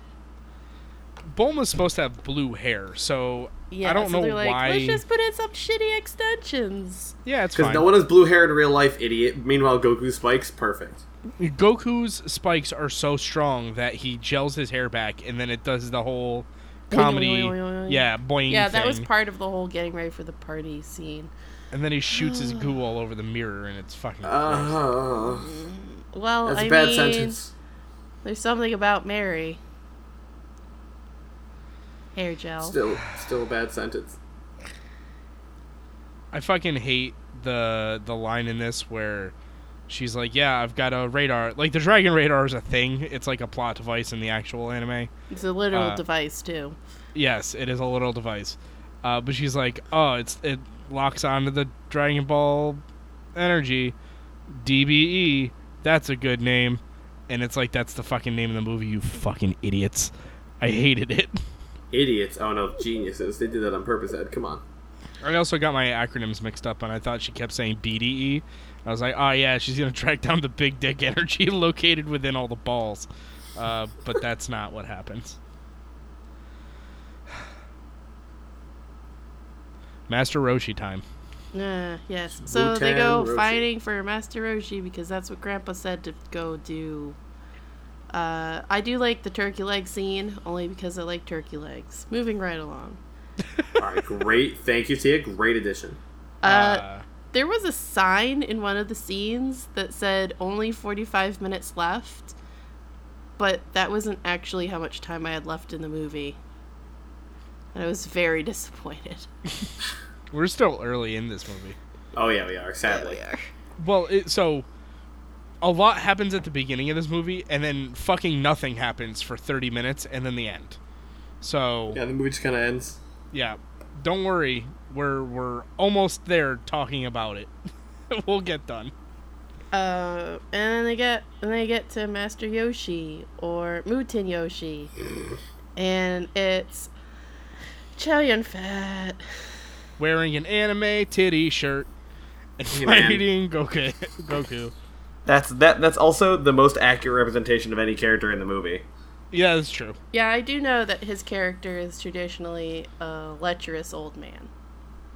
Speaker 2: Bulma's supposed to have blue hair, so
Speaker 3: Yeah,
Speaker 2: I don't
Speaker 3: so
Speaker 2: know
Speaker 3: they're like,
Speaker 2: why.
Speaker 3: Let's just put in some shitty extensions.
Speaker 2: Yeah, it's
Speaker 4: Because
Speaker 2: fine.
Speaker 4: no one has blue hair in real life, idiot. Meanwhile, Goku spikes perfect.
Speaker 2: Goku's spikes are so strong that he gels his hair back, and then it does the whole comedy.
Speaker 3: Boing, boing, boing, boing.
Speaker 2: yeah, boing.
Speaker 3: Yeah, that was
Speaker 2: thing.
Speaker 3: part of the whole getting ready for the party scene.
Speaker 2: And then he shoots his goo all over the mirror, and it's fucking. gross.
Speaker 4: Uh,
Speaker 3: Well,
Speaker 4: that's
Speaker 3: I
Speaker 4: a bad
Speaker 3: mean,
Speaker 4: sentence.
Speaker 3: There's something about Mary. Hair gel.
Speaker 4: Still, still a bad sentence.
Speaker 2: I fucking hate the the line in this where she's like, "Yeah, I've got a radar." Like the dragon radar is a thing. It's like a plot device in the actual anime.
Speaker 3: It's a literal
Speaker 2: Uh,
Speaker 3: device too.
Speaker 2: Yes, it is a little device. Uh, but she's like, "Oh, it's it locks onto the Dragon Ball energy DBE. That's a good name." And it's like that's the fucking name of the movie. You fucking idiots! I hated it. [laughs]
Speaker 4: Idiots. Oh no, geniuses. They did that on purpose, Ed. Come on.
Speaker 2: I also got my acronyms mixed up, and I thought she kept saying BDE. I was like, oh yeah, she's gonna [laughs] track down the big dick energy [laughs] located within all the balls, uh, but that's not what happens. [sighs] Master Roshi time.
Speaker 3: Uh, yes. So they go
Speaker 4: Wu-Tang Roshi.
Speaker 3: fighting for Master Roshi because that's what Grandpa said to go do. Uh, I do like the turkey leg scene only because I like turkey legs. Moving right along. [laughs]
Speaker 4: All right, great. Thank you, Tia. Great addition.
Speaker 3: Uh, there was a sign in one of the scenes that said only 45 minutes left, but that wasn't actually how much time I had left in the movie. And I was very [laughs] disappointed.
Speaker 2: we're still early in this movie.
Speaker 4: Oh yeah, we are. Sadly.
Speaker 2: Well, it, so a lot happens at the beginning of this movie, and then fucking nothing happens for thirty minutes, and then the end. So
Speaker 4: Yeah, the movie just kind of ends.
Speaker 2: Yeah. Don't worry. We're we're almost there talking about it. [laughs] we'll get done.
Speaker 3: Uh, and then they get and they get to Master Yoshi or Muten Yoshi, and it's Chow Yun Fat.
Speaker 2: Wearing an anime titty shirt and
Speaker 4: Hey, man.
Speaker 2: fighting Goku. [laughs] Goku.
Speaker 4: That's that. That's also the most accurate representation of any character in the movie.
Speaker 2: Yeah, that's true.
Speaker 3: Yeah, I do know that his character is traditionally a lecherous old man,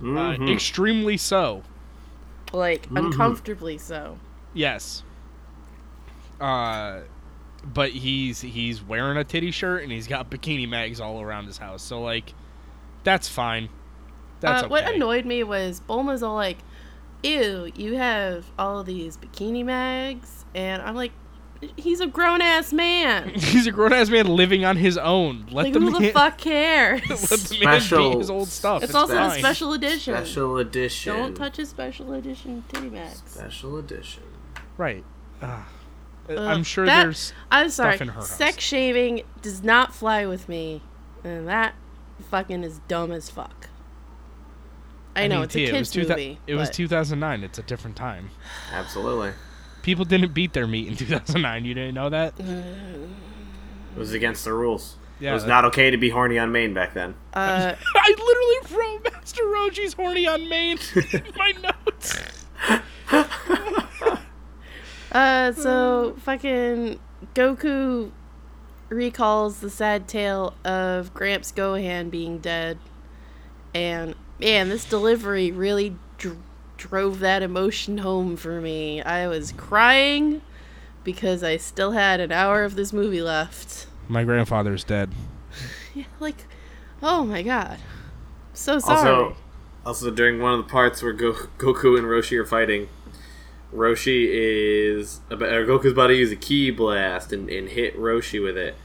Speaker 2: Uh, extremely so.
Speaker 3: like uncomfortably so.
Speaker 2: Yes. Uh, but he's he's wearing a titty shirt and he's got bikini mags all around his house. So like, that's fine. That's
Speaker 3: uh,
Speaker 2: okay.
Speaker 3: What annoyed me was Bulma's all like, "Ew, you have all these bikini mags," and I'm like, "He's a grown ass man.
Speaker 2: [laughs] [laughs] He's a grown ass man living on his own. Let
Speaker 3: Like,
Speaker 2: the
Speaker 3: who
Speaker 2: man, [laughs]
Speaker 3: the fuck cares?"
Speaker 2: Let the man
Speaker 4: Special-
Speaker 2: be his old stuff.
Speaker 3: It's also
Speaker 2: fine.
Speaker 3: a special edition.
Speaker 4: edition.
Speaker 3: Don't touch a special edition titty max.
Speaker 4: Special edition.
Speaker 2: Right. Ugh.
Speaker 3: Ugh,
Speaker 2: Uh, I'm sure
Speaker 3: Uh, that-
Speaker 2: there's.
Speaker 3: I'm sorry.
Speaker 2: in her house.
Speaker 3: Sex shaving does not fly with me, and that fucking is dumb as fuck. I, know
Speaker 2: mean,
Speaker 3: it's
Speaker 2: Tia,
Speaker 3: a
Speaker 2: it was
Speaker 3: kids
Speaker 2: two thou-
Speaker 3: movie.
Speaker 2: It was
Speaker 3: but-
Speaker 2: 2009. It's a different time.
Speaker 4: Absolutely.
Speaker 2: People didn't beat their meat in 2009. You didn't know that?
Speaker 3: Mm-hmm.
Speaker 4: It was against the rules.
Speaker 2: Yeah,
Speaker 4: it was
Speaker 2: that-
Speaker 4: not okay to be horny on Maine back then.
Speaker 3: Uh,
Speaker 2: [laughs] I literally wrote Master Roji's horny on [laughs] main in my notes.
Speaker 3: Uh, so fucking Goku recalls the sad tale of Gramps Gohan being dead, and man, this delivery really dr- drove that emotion home for me. I was crying because I still had an hour of this movie left.
Speaker 2: My grandfather's dead.
Speaker 3: Yeah, like, oh my god, so sorry. Uh,
Speaker 4: Also, also during one of the parts where Go- Goku and Roshi are fighting, Roshi is about, or Goku's about to use a ki blast and, and hit Roshi with it,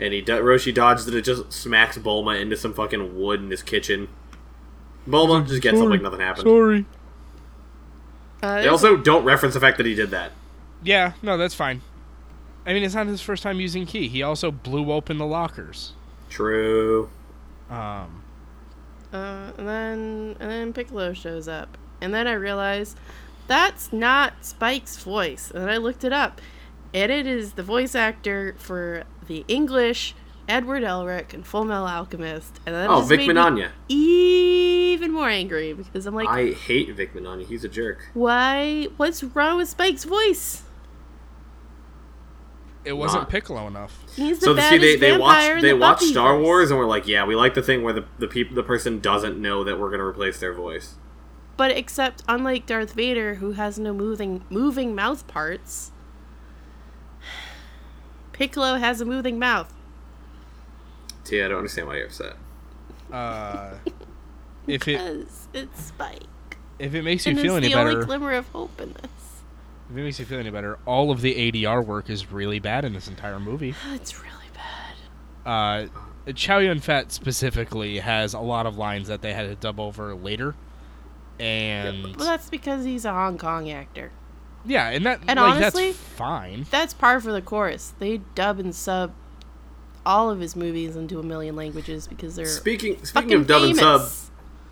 Speaker 4: and he do- Roshi dodges it. It just smacks Bulma into some fucking wood in his kitchen. Bulma just gets up
Speaker 2: Sorry.
Speaker 4: like nothing happened.
Speaker 2: Sorry.
Speaker 3: Uh,
Speaker 4: They also don't reference the fact that he did that.
Speaker 2: Yeah, no, that's fine. I mean, it's not his first time using key. He also blew open the lockers.
Speaker 4: True.
Speaker 2: Um,
Speaker 3: Uh, and then and then Piccolo shows up, and then I realize that's not Spike's voice. And I looked it up, and it is the voice actor for the English Edward Elric and Full Metal Alchemist. And that
Speaker 4: oh,
Speaker 3: just
Speaker 4: Vic
Speaker 3: made me
Speaker 4: Minogna.
Speaker 3: even more angry because I'm like,
Speaker 4: I hate Vic Minogna. He's a jerk.
Speaker 3: why? What's wrong with Spike's voice?
Speaker 2: it wasn't
Speaker 4: Not-
Speaker 2: Piccolo enough.
Speaker 3: He's the
Speaker 4: So
Speaker 3: baddest
Speaker 4: see, they they
Speaker 3: vampire
Speaker 4: watch
Speaker 3: in
Speaker 4: they
Speaker 3: the
Speaker 4: watch
Speaker 3: Buffyverse.
Speaker 4: Star Wars and we're like, yeah, we like the thing where the the peop- the person doesn't know that we're gonna replace their voice.
Speaker 3: But except unlike Darth Vader, who has no moving moving mouth parts, Piccolo has a moving mouth.
Speaker 4: See, I don't understand why you're upset.
Speaker 3: [laughs]
Speaker 2: Uh, if it
Speaker 3: Because it's Spike.
Speaker 2: if it makes you
Speaker 3: And it's
Speaker 2: feel
Speaker 3: the
Speaker 2: any better,
Speaker 3: only glimmer of hope in this.
Speaker 2: if it makes you feel any better, all of the ADR work is really bad in this entire movie.
Speaker 3: [sighs] It's really bad.
Speaker 2: Uh, Chow Yun Fat specifically has a lot of lines that they had to dub over later, and
Speaker 3: Well, that's because he's a Hong Kong actor.
Speaker 2: yeah, and that
Speaker 3: And
Speaker 2: like
Speaker 3: honestly-
Speaker 2: that's fine.
Speaker 3: That's par for the course. They dub and sub all of his movies into a million languages because they're
Speaker 4: Speaking speaking
Speaker 3: fucking
Speaker 4: of dub and sub,
Speaker 3: famous.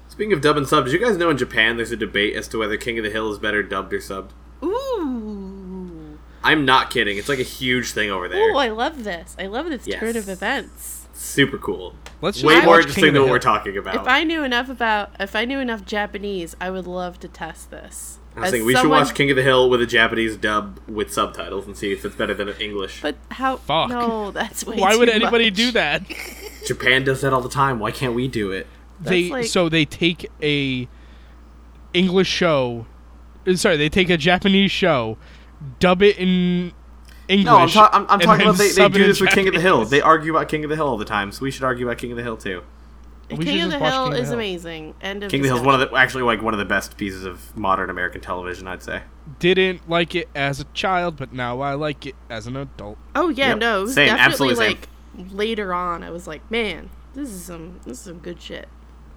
Speaker 4: speaking of dub and sub, did you guys know in Japan there's a debate as to whether King of the Hill is better dubbed or subbed?
Speaker 3: Ooh.
Speaker 4: I'm not kidding. It's like a huge thing over there.
Speaker 3: Ooh, I love this. I love this
Speaker 4: Yes.
Speaker 3: turn of events.
Speaker 4: Super cool.
Speaker 2: Let's just
Speaker 4: Way
Speaker 2: watch
Speaker 4: more
Speaker 2: King
Speaker 4: interesting
Speaker 2: of the
Speaker 4: than what we're
Speaker 2: Hill.
Speaker 4: talking about.
Speaker 3: If I knew enough about, if I knew enough Japanese, I would love to test this.
Speaker 4: I was
Speaker 3: As
Speaker 4: thinking we should
Speaker 3: someone-
Speaker 4: watch King of the Hill with a Japanese dub with subtitles and see if it's better than English.
Speaker 3: But how?
Speaker 2: Fuck.
Speaker 3: No, that's way
Speaker 2: Why would
Speaker 3: too
Speaker 2: anybody
Speaker 3: much.
Speaker 2: do that?
Speaker 3: [laughs]
Speaker 4: Japan does that all the time. Why can't we do it?
Speaker 2: they
Speaker 3: like-
Speaker 2: so they take a English show, uh, sorry, they take a Japanese show, dub it in English.
Speaker 4: No, I'm, ta- I'm, I'm
Speaker 2: and
Speaker 4: talking
Speaker 2: then
Speaker 4: about they, they
Speaker 2: sub it
Speaker 4: do
Speaker 2: in
Speaker 4: this with King of the Hill.
Speaker 2: Japanese.
Speaker 4: They argue about King of the Hill all the time, so we should argue about King of the Hill too.
Speaker 2: We should
Speaker 3: King of the
Speaker 2: just watch
Speaker 3: Hill
Speaker 2: King of the
Speaker 3: is
Speaker 2: Hill.
Speaker 3: amazing. End of
Speaker 4: King of the Hill is one of the actually like one of the best pieces of modern American television, I'd say.
Speaker 2: Didn't like it as a child, but now I like it as an adult.
Speaker 3: Oh yeah,
Speaker 4: Yep.
Speaker 3: no, it was
Speaker 4: Same,
Speaker 3: definitely
Speaker 4: absolutely
Speaker 3: like later on. I was like, man, this is some, this is some good shit.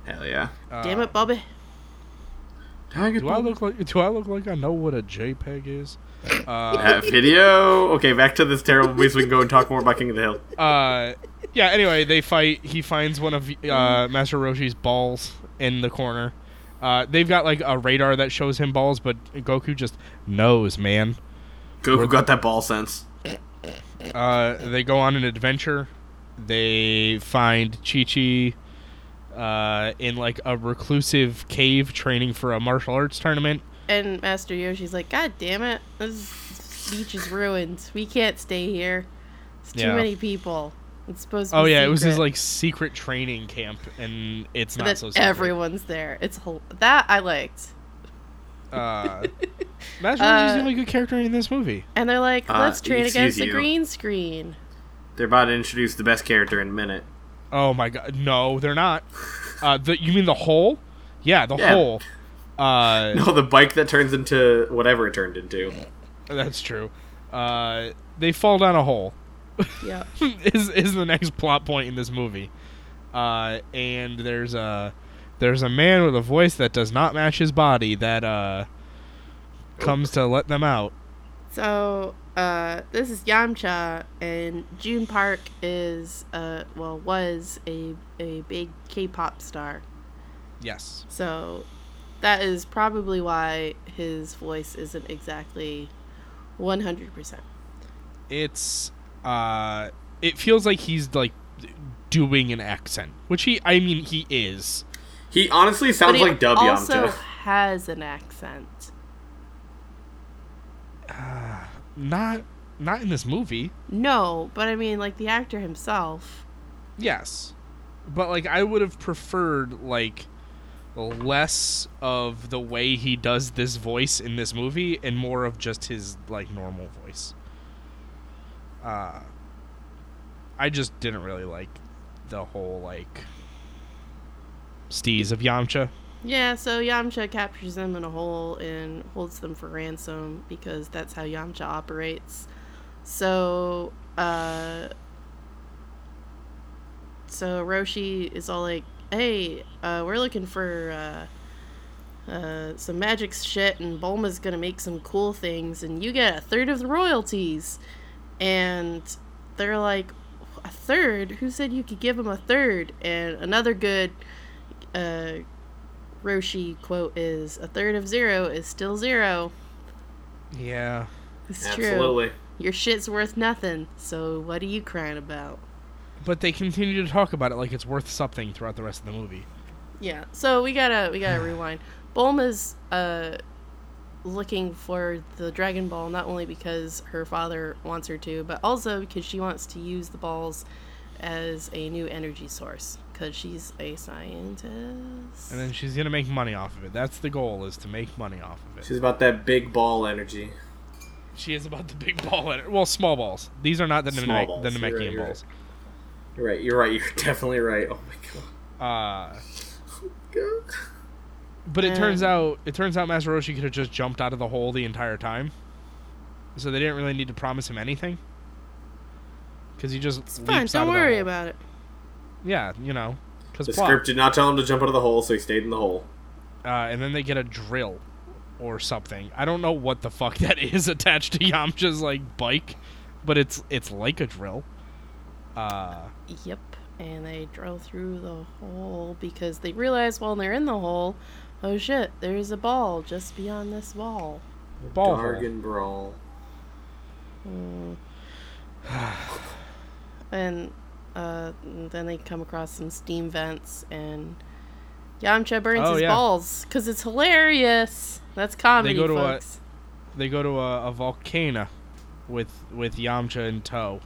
Speaker 4: Hell yeah.
Speaker 2: Uh.
Speaker 3: Damn it, Bobby.
Speaker 4: Tiger
Speaker 2: Do I look like? Do I look like I know what a JPEG is? Uh,
Speaker 4: uh, video. Okay, back to this terrible movie so we can go and talk more about King of the Hill.
Speaker 2: uh, yeah. Anyway, they fight. He finds one of uh, Master Roshi's balls in the corner. Uh, they've got like a radar that shows him balls, but Goku just knows, man.
Speaker 4: Goku got that ball sense.
Speaker 2: Uh, they go on an adventure. They find Chi Chi uh, in like a reclusive cave training for a martial arts tournament.
Speaker 3: And Master Yoshi's like, God damn it, this beach is ruined. We can't stay here. It's too
Speaker 2: Yeah.
Speaker 3: many people. It's supposed. to
Speaker 2: Oh
Speaker 3: be
Speaker 2: yeah, it was his
Speaker 3: secret."
Speaker 2: like secret training camp, and it's not
Speaker 3: that
Speaker 2: so secret.
Speaker 3: everyone's there. It's hol- that I liked. [laughs]
Speaker 2: Uh, Master
Speaker 3: Uh,
Speaker 2: Roshi's the only good character in this movie.
Speaker 3: And they're like,
Speaker 4: Uh,
Speaker 3: let's train
Speaker 4: excuse
Speaker 3: against the
Speaker 4: you.
Speaker 3: green screen.
Speaker 4: They're about to introduce the best character in a minute. [laughs]
Speaker 2: Oh my god, no, they're not. Uh, the, you mean the hole? Yeah, the
Speaker 4: Yeah.
Speaker 2: hole. Uh,
Speaker 4: No, the bike that turns into whatever it turned into.
Speaker 2: That's true. Uh, they fall down a hole. [laughs]
Speaker 3: Yeah.
Speaker 2: is is the next plot point in this movie. Uh, and there's a there's a man with a voice that does not match his body that uh, comes to let them out.
Speaker 3: So uh, this is Yamcha, and June Park is uh, well was a a big K-pop star.
Speaker 2: Yes.
Speaker 3: So that is probably why his voice isn't exactly one hundred percent.
Speaker 2: It's uh, it feels like he's like doing an accent, which he I mean he is.
Speaker 4: He honestly
Speaker 3: But
Speaker 4: sounds
Speaker 3: he
Speaker 4: like Dub
Speaker 3: also
Speaker 4: Yamcha.
Speaker 3: has an accent.
Speaker 2: Not not in this movie.
Speaker 3: No, but I mean, like the actor himself.
Speaker 2: Yes. But like I would have preferred like less of the way he does this voice in this movie and more of just his like normal voice. Uh I just didn't really like the whole like steez of Yamcha.
Speaker 3: Yeah, so Yamcha captures them in a hole and holds them for ransom because that's how Yamcha operates. So, uh, So Roshi is all like, "Hey, uh, we're looking for uh, uh, some magic shit, and Bulma's gonna make some cool things, and you get a third of the royalties." And they're like, "A third? Who said you could give him a third? And another good uh, Roshi quote is, "A third of zero is still zero."
Speaker 2: Yeah.
Speaker 3: It's true.
Speaker 4: Absolutely.
Speaker 3: Your shit's worth nothing. So what are you crying about?
Speaker 2: But they continue to talk about it like it's worth something throughout the rest of the movie.
Speaker 3: Yeah. So we gotta we gotta rewind. Bulma's uh looking for the Dragon Ball not only because her father wants her to, but also because she wants to use the balls as a new energy source. Because she's a scientist.
Speaker 2: And then she's gonna make money off of it. That's the goal is to make money off of it.
Speaker 4: She's about that big ball energy.
Speaker 2: She is about the big ball in it. Well, small balls. These are not the,
Speaker 4: Small
Speaker 2: Namek-
Speaker 4: balls.
Speaker 2: the
Speaker 4: You're right,
Speaker 2: Namekian
Speaker 4: you're
Speaker 2: balls.
Speaker 4: You're right. You're [laughs] right. You're definitely right. Oh my
Speaker 2: Uh,
Speaker 4: god. God.
Speaker 2: but it turns
Speaker 3: Mm.
Speaker 2: out it turns out Master Roshi could have just jumped out of the hole the entire time. So they didn't really need to promise him anything. Because he just
Speaker 3: it's
Speaker 2: leaps
Speaker 3: fun.
Speaker 2: out
Speaker 3: Don't
Speaker 2: of the
Speaker 3: worry
Speaker 2: hole.
Speaker 3: about it.
Speaker 2: Yeah, you know, because
Speaker 4: The script did not tell him to jump out of the hole, so he stayed in the hole.
Speaker 2: uh, and then they get a drill or something. I don't know what the fuck that [laughs] is attached to Yamcha's like bike, but it's it's like a drill. Uh,
Speaker 3: Yep. And they drill through the hole because they realize while they're in the hole, oh shit, there's a ball just beyond this wall.
Speaker 2: ball hole.
Speaker 4: Dargon brawl.
Speaker 3: Mm. and uh, then they come across some steam vents, and Yamcha burns
Speaker 2: Oh,
Speaker 3: his
Speaker 2: yeah.
Speaker 3: balls because it's hilarious. That's comedy,
Speaker 2: go to a- [laughs]
Speaker 3: folks.
Speaker 2: They go to a, a volcano with with Yamcha in tow,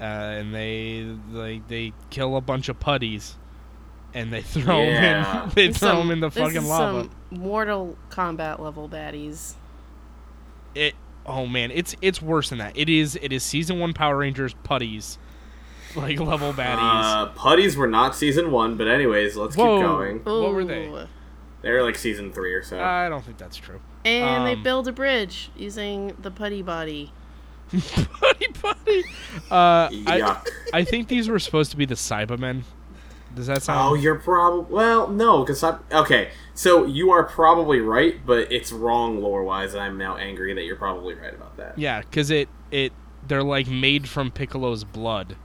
Speaker 2: uh, and they they they kill a bunch of putties, and they [laughs] throw 'em
Speaker 4: Yeah.
Speaker 2: in [laughs] they
Speaker 3: This is
Speaker 2: throw 'em
Speaker 3: some-
Speaker 2: in the
Speaker 3: this is
Speaker 2: fucking lava.
Speaker 3: Some Mortal Kombat level baddies.
Speaker 2: it oh man it's it's worse than that it is it is season one power rangers putties like level baddies
Speaker 4: Uh, putties were not season one, but anyways, let's
Speaker 2: Whoa.
Speaker 4: keep going.
Speaker 2: What were they?
Speaker 3: Ooh.
Speaker 4: They're like season three or so.
Speaker 2: i don't think that's true
Speaker 3: And they
Speaker 2: Um,
Speaker 3: build a bridge using the putty body.
Speaker 2: putty putty uh I,
Speaker 4: Yuck.
Speaker 2: I think these were supposed to be the cybermen does that
Speaker 4: oh,
Speaker 2: sound
Speaker 4: you're probably well, no, because I okay. So you are probably right, but it's wrong lore wise, and I'm now angry that you're probably right about that.
Speaker 2: yeah because it it they're like made from piccolo's blood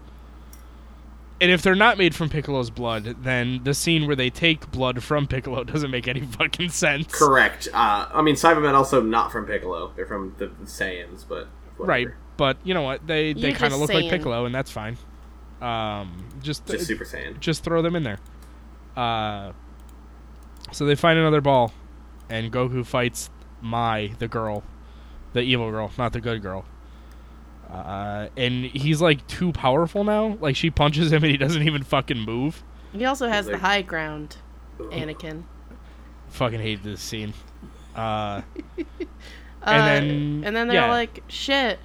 Speaker 2: and if they're not made from piccolo's blood then the scene where they take blood from piccolo [laughs] doesn't make any fucking sense
Speaker 4: Correct. Uh, I mean, Cybermen also not from Piccolo; they're from the Saiyans, but
Speaker 2: Right,
Speaker 4: whatever.
Speaker 2: but you know what? They they
Speaker 3: You're
Speaker 2: kind of
Speaker 3: just
Speaker 2: look like
Speaker 3: saying.
Speaker 2: Piccolo, and that's fine. Um, just just,
Speaker 4: Just Super Saiyan.
Speaker 2: throw them in there. Uh, so they find another ball, and Goku fights Mai, the girl, the evil girl, not the good girl. Uh, and he's like too powerful now. Like she punches him, and he doesn't even fucking move.
Speaker 3: He also has the
Speaker 4: like-
Speaker 3: high ground, Anakin.
Speaker 2: Fucking hate this scene. Uh,
Speaker 3: Uh,
Speaker 2: And then-
Speaker 3: and then they're
Speaker 2: yeah.
Speaker 3: like, "Shit,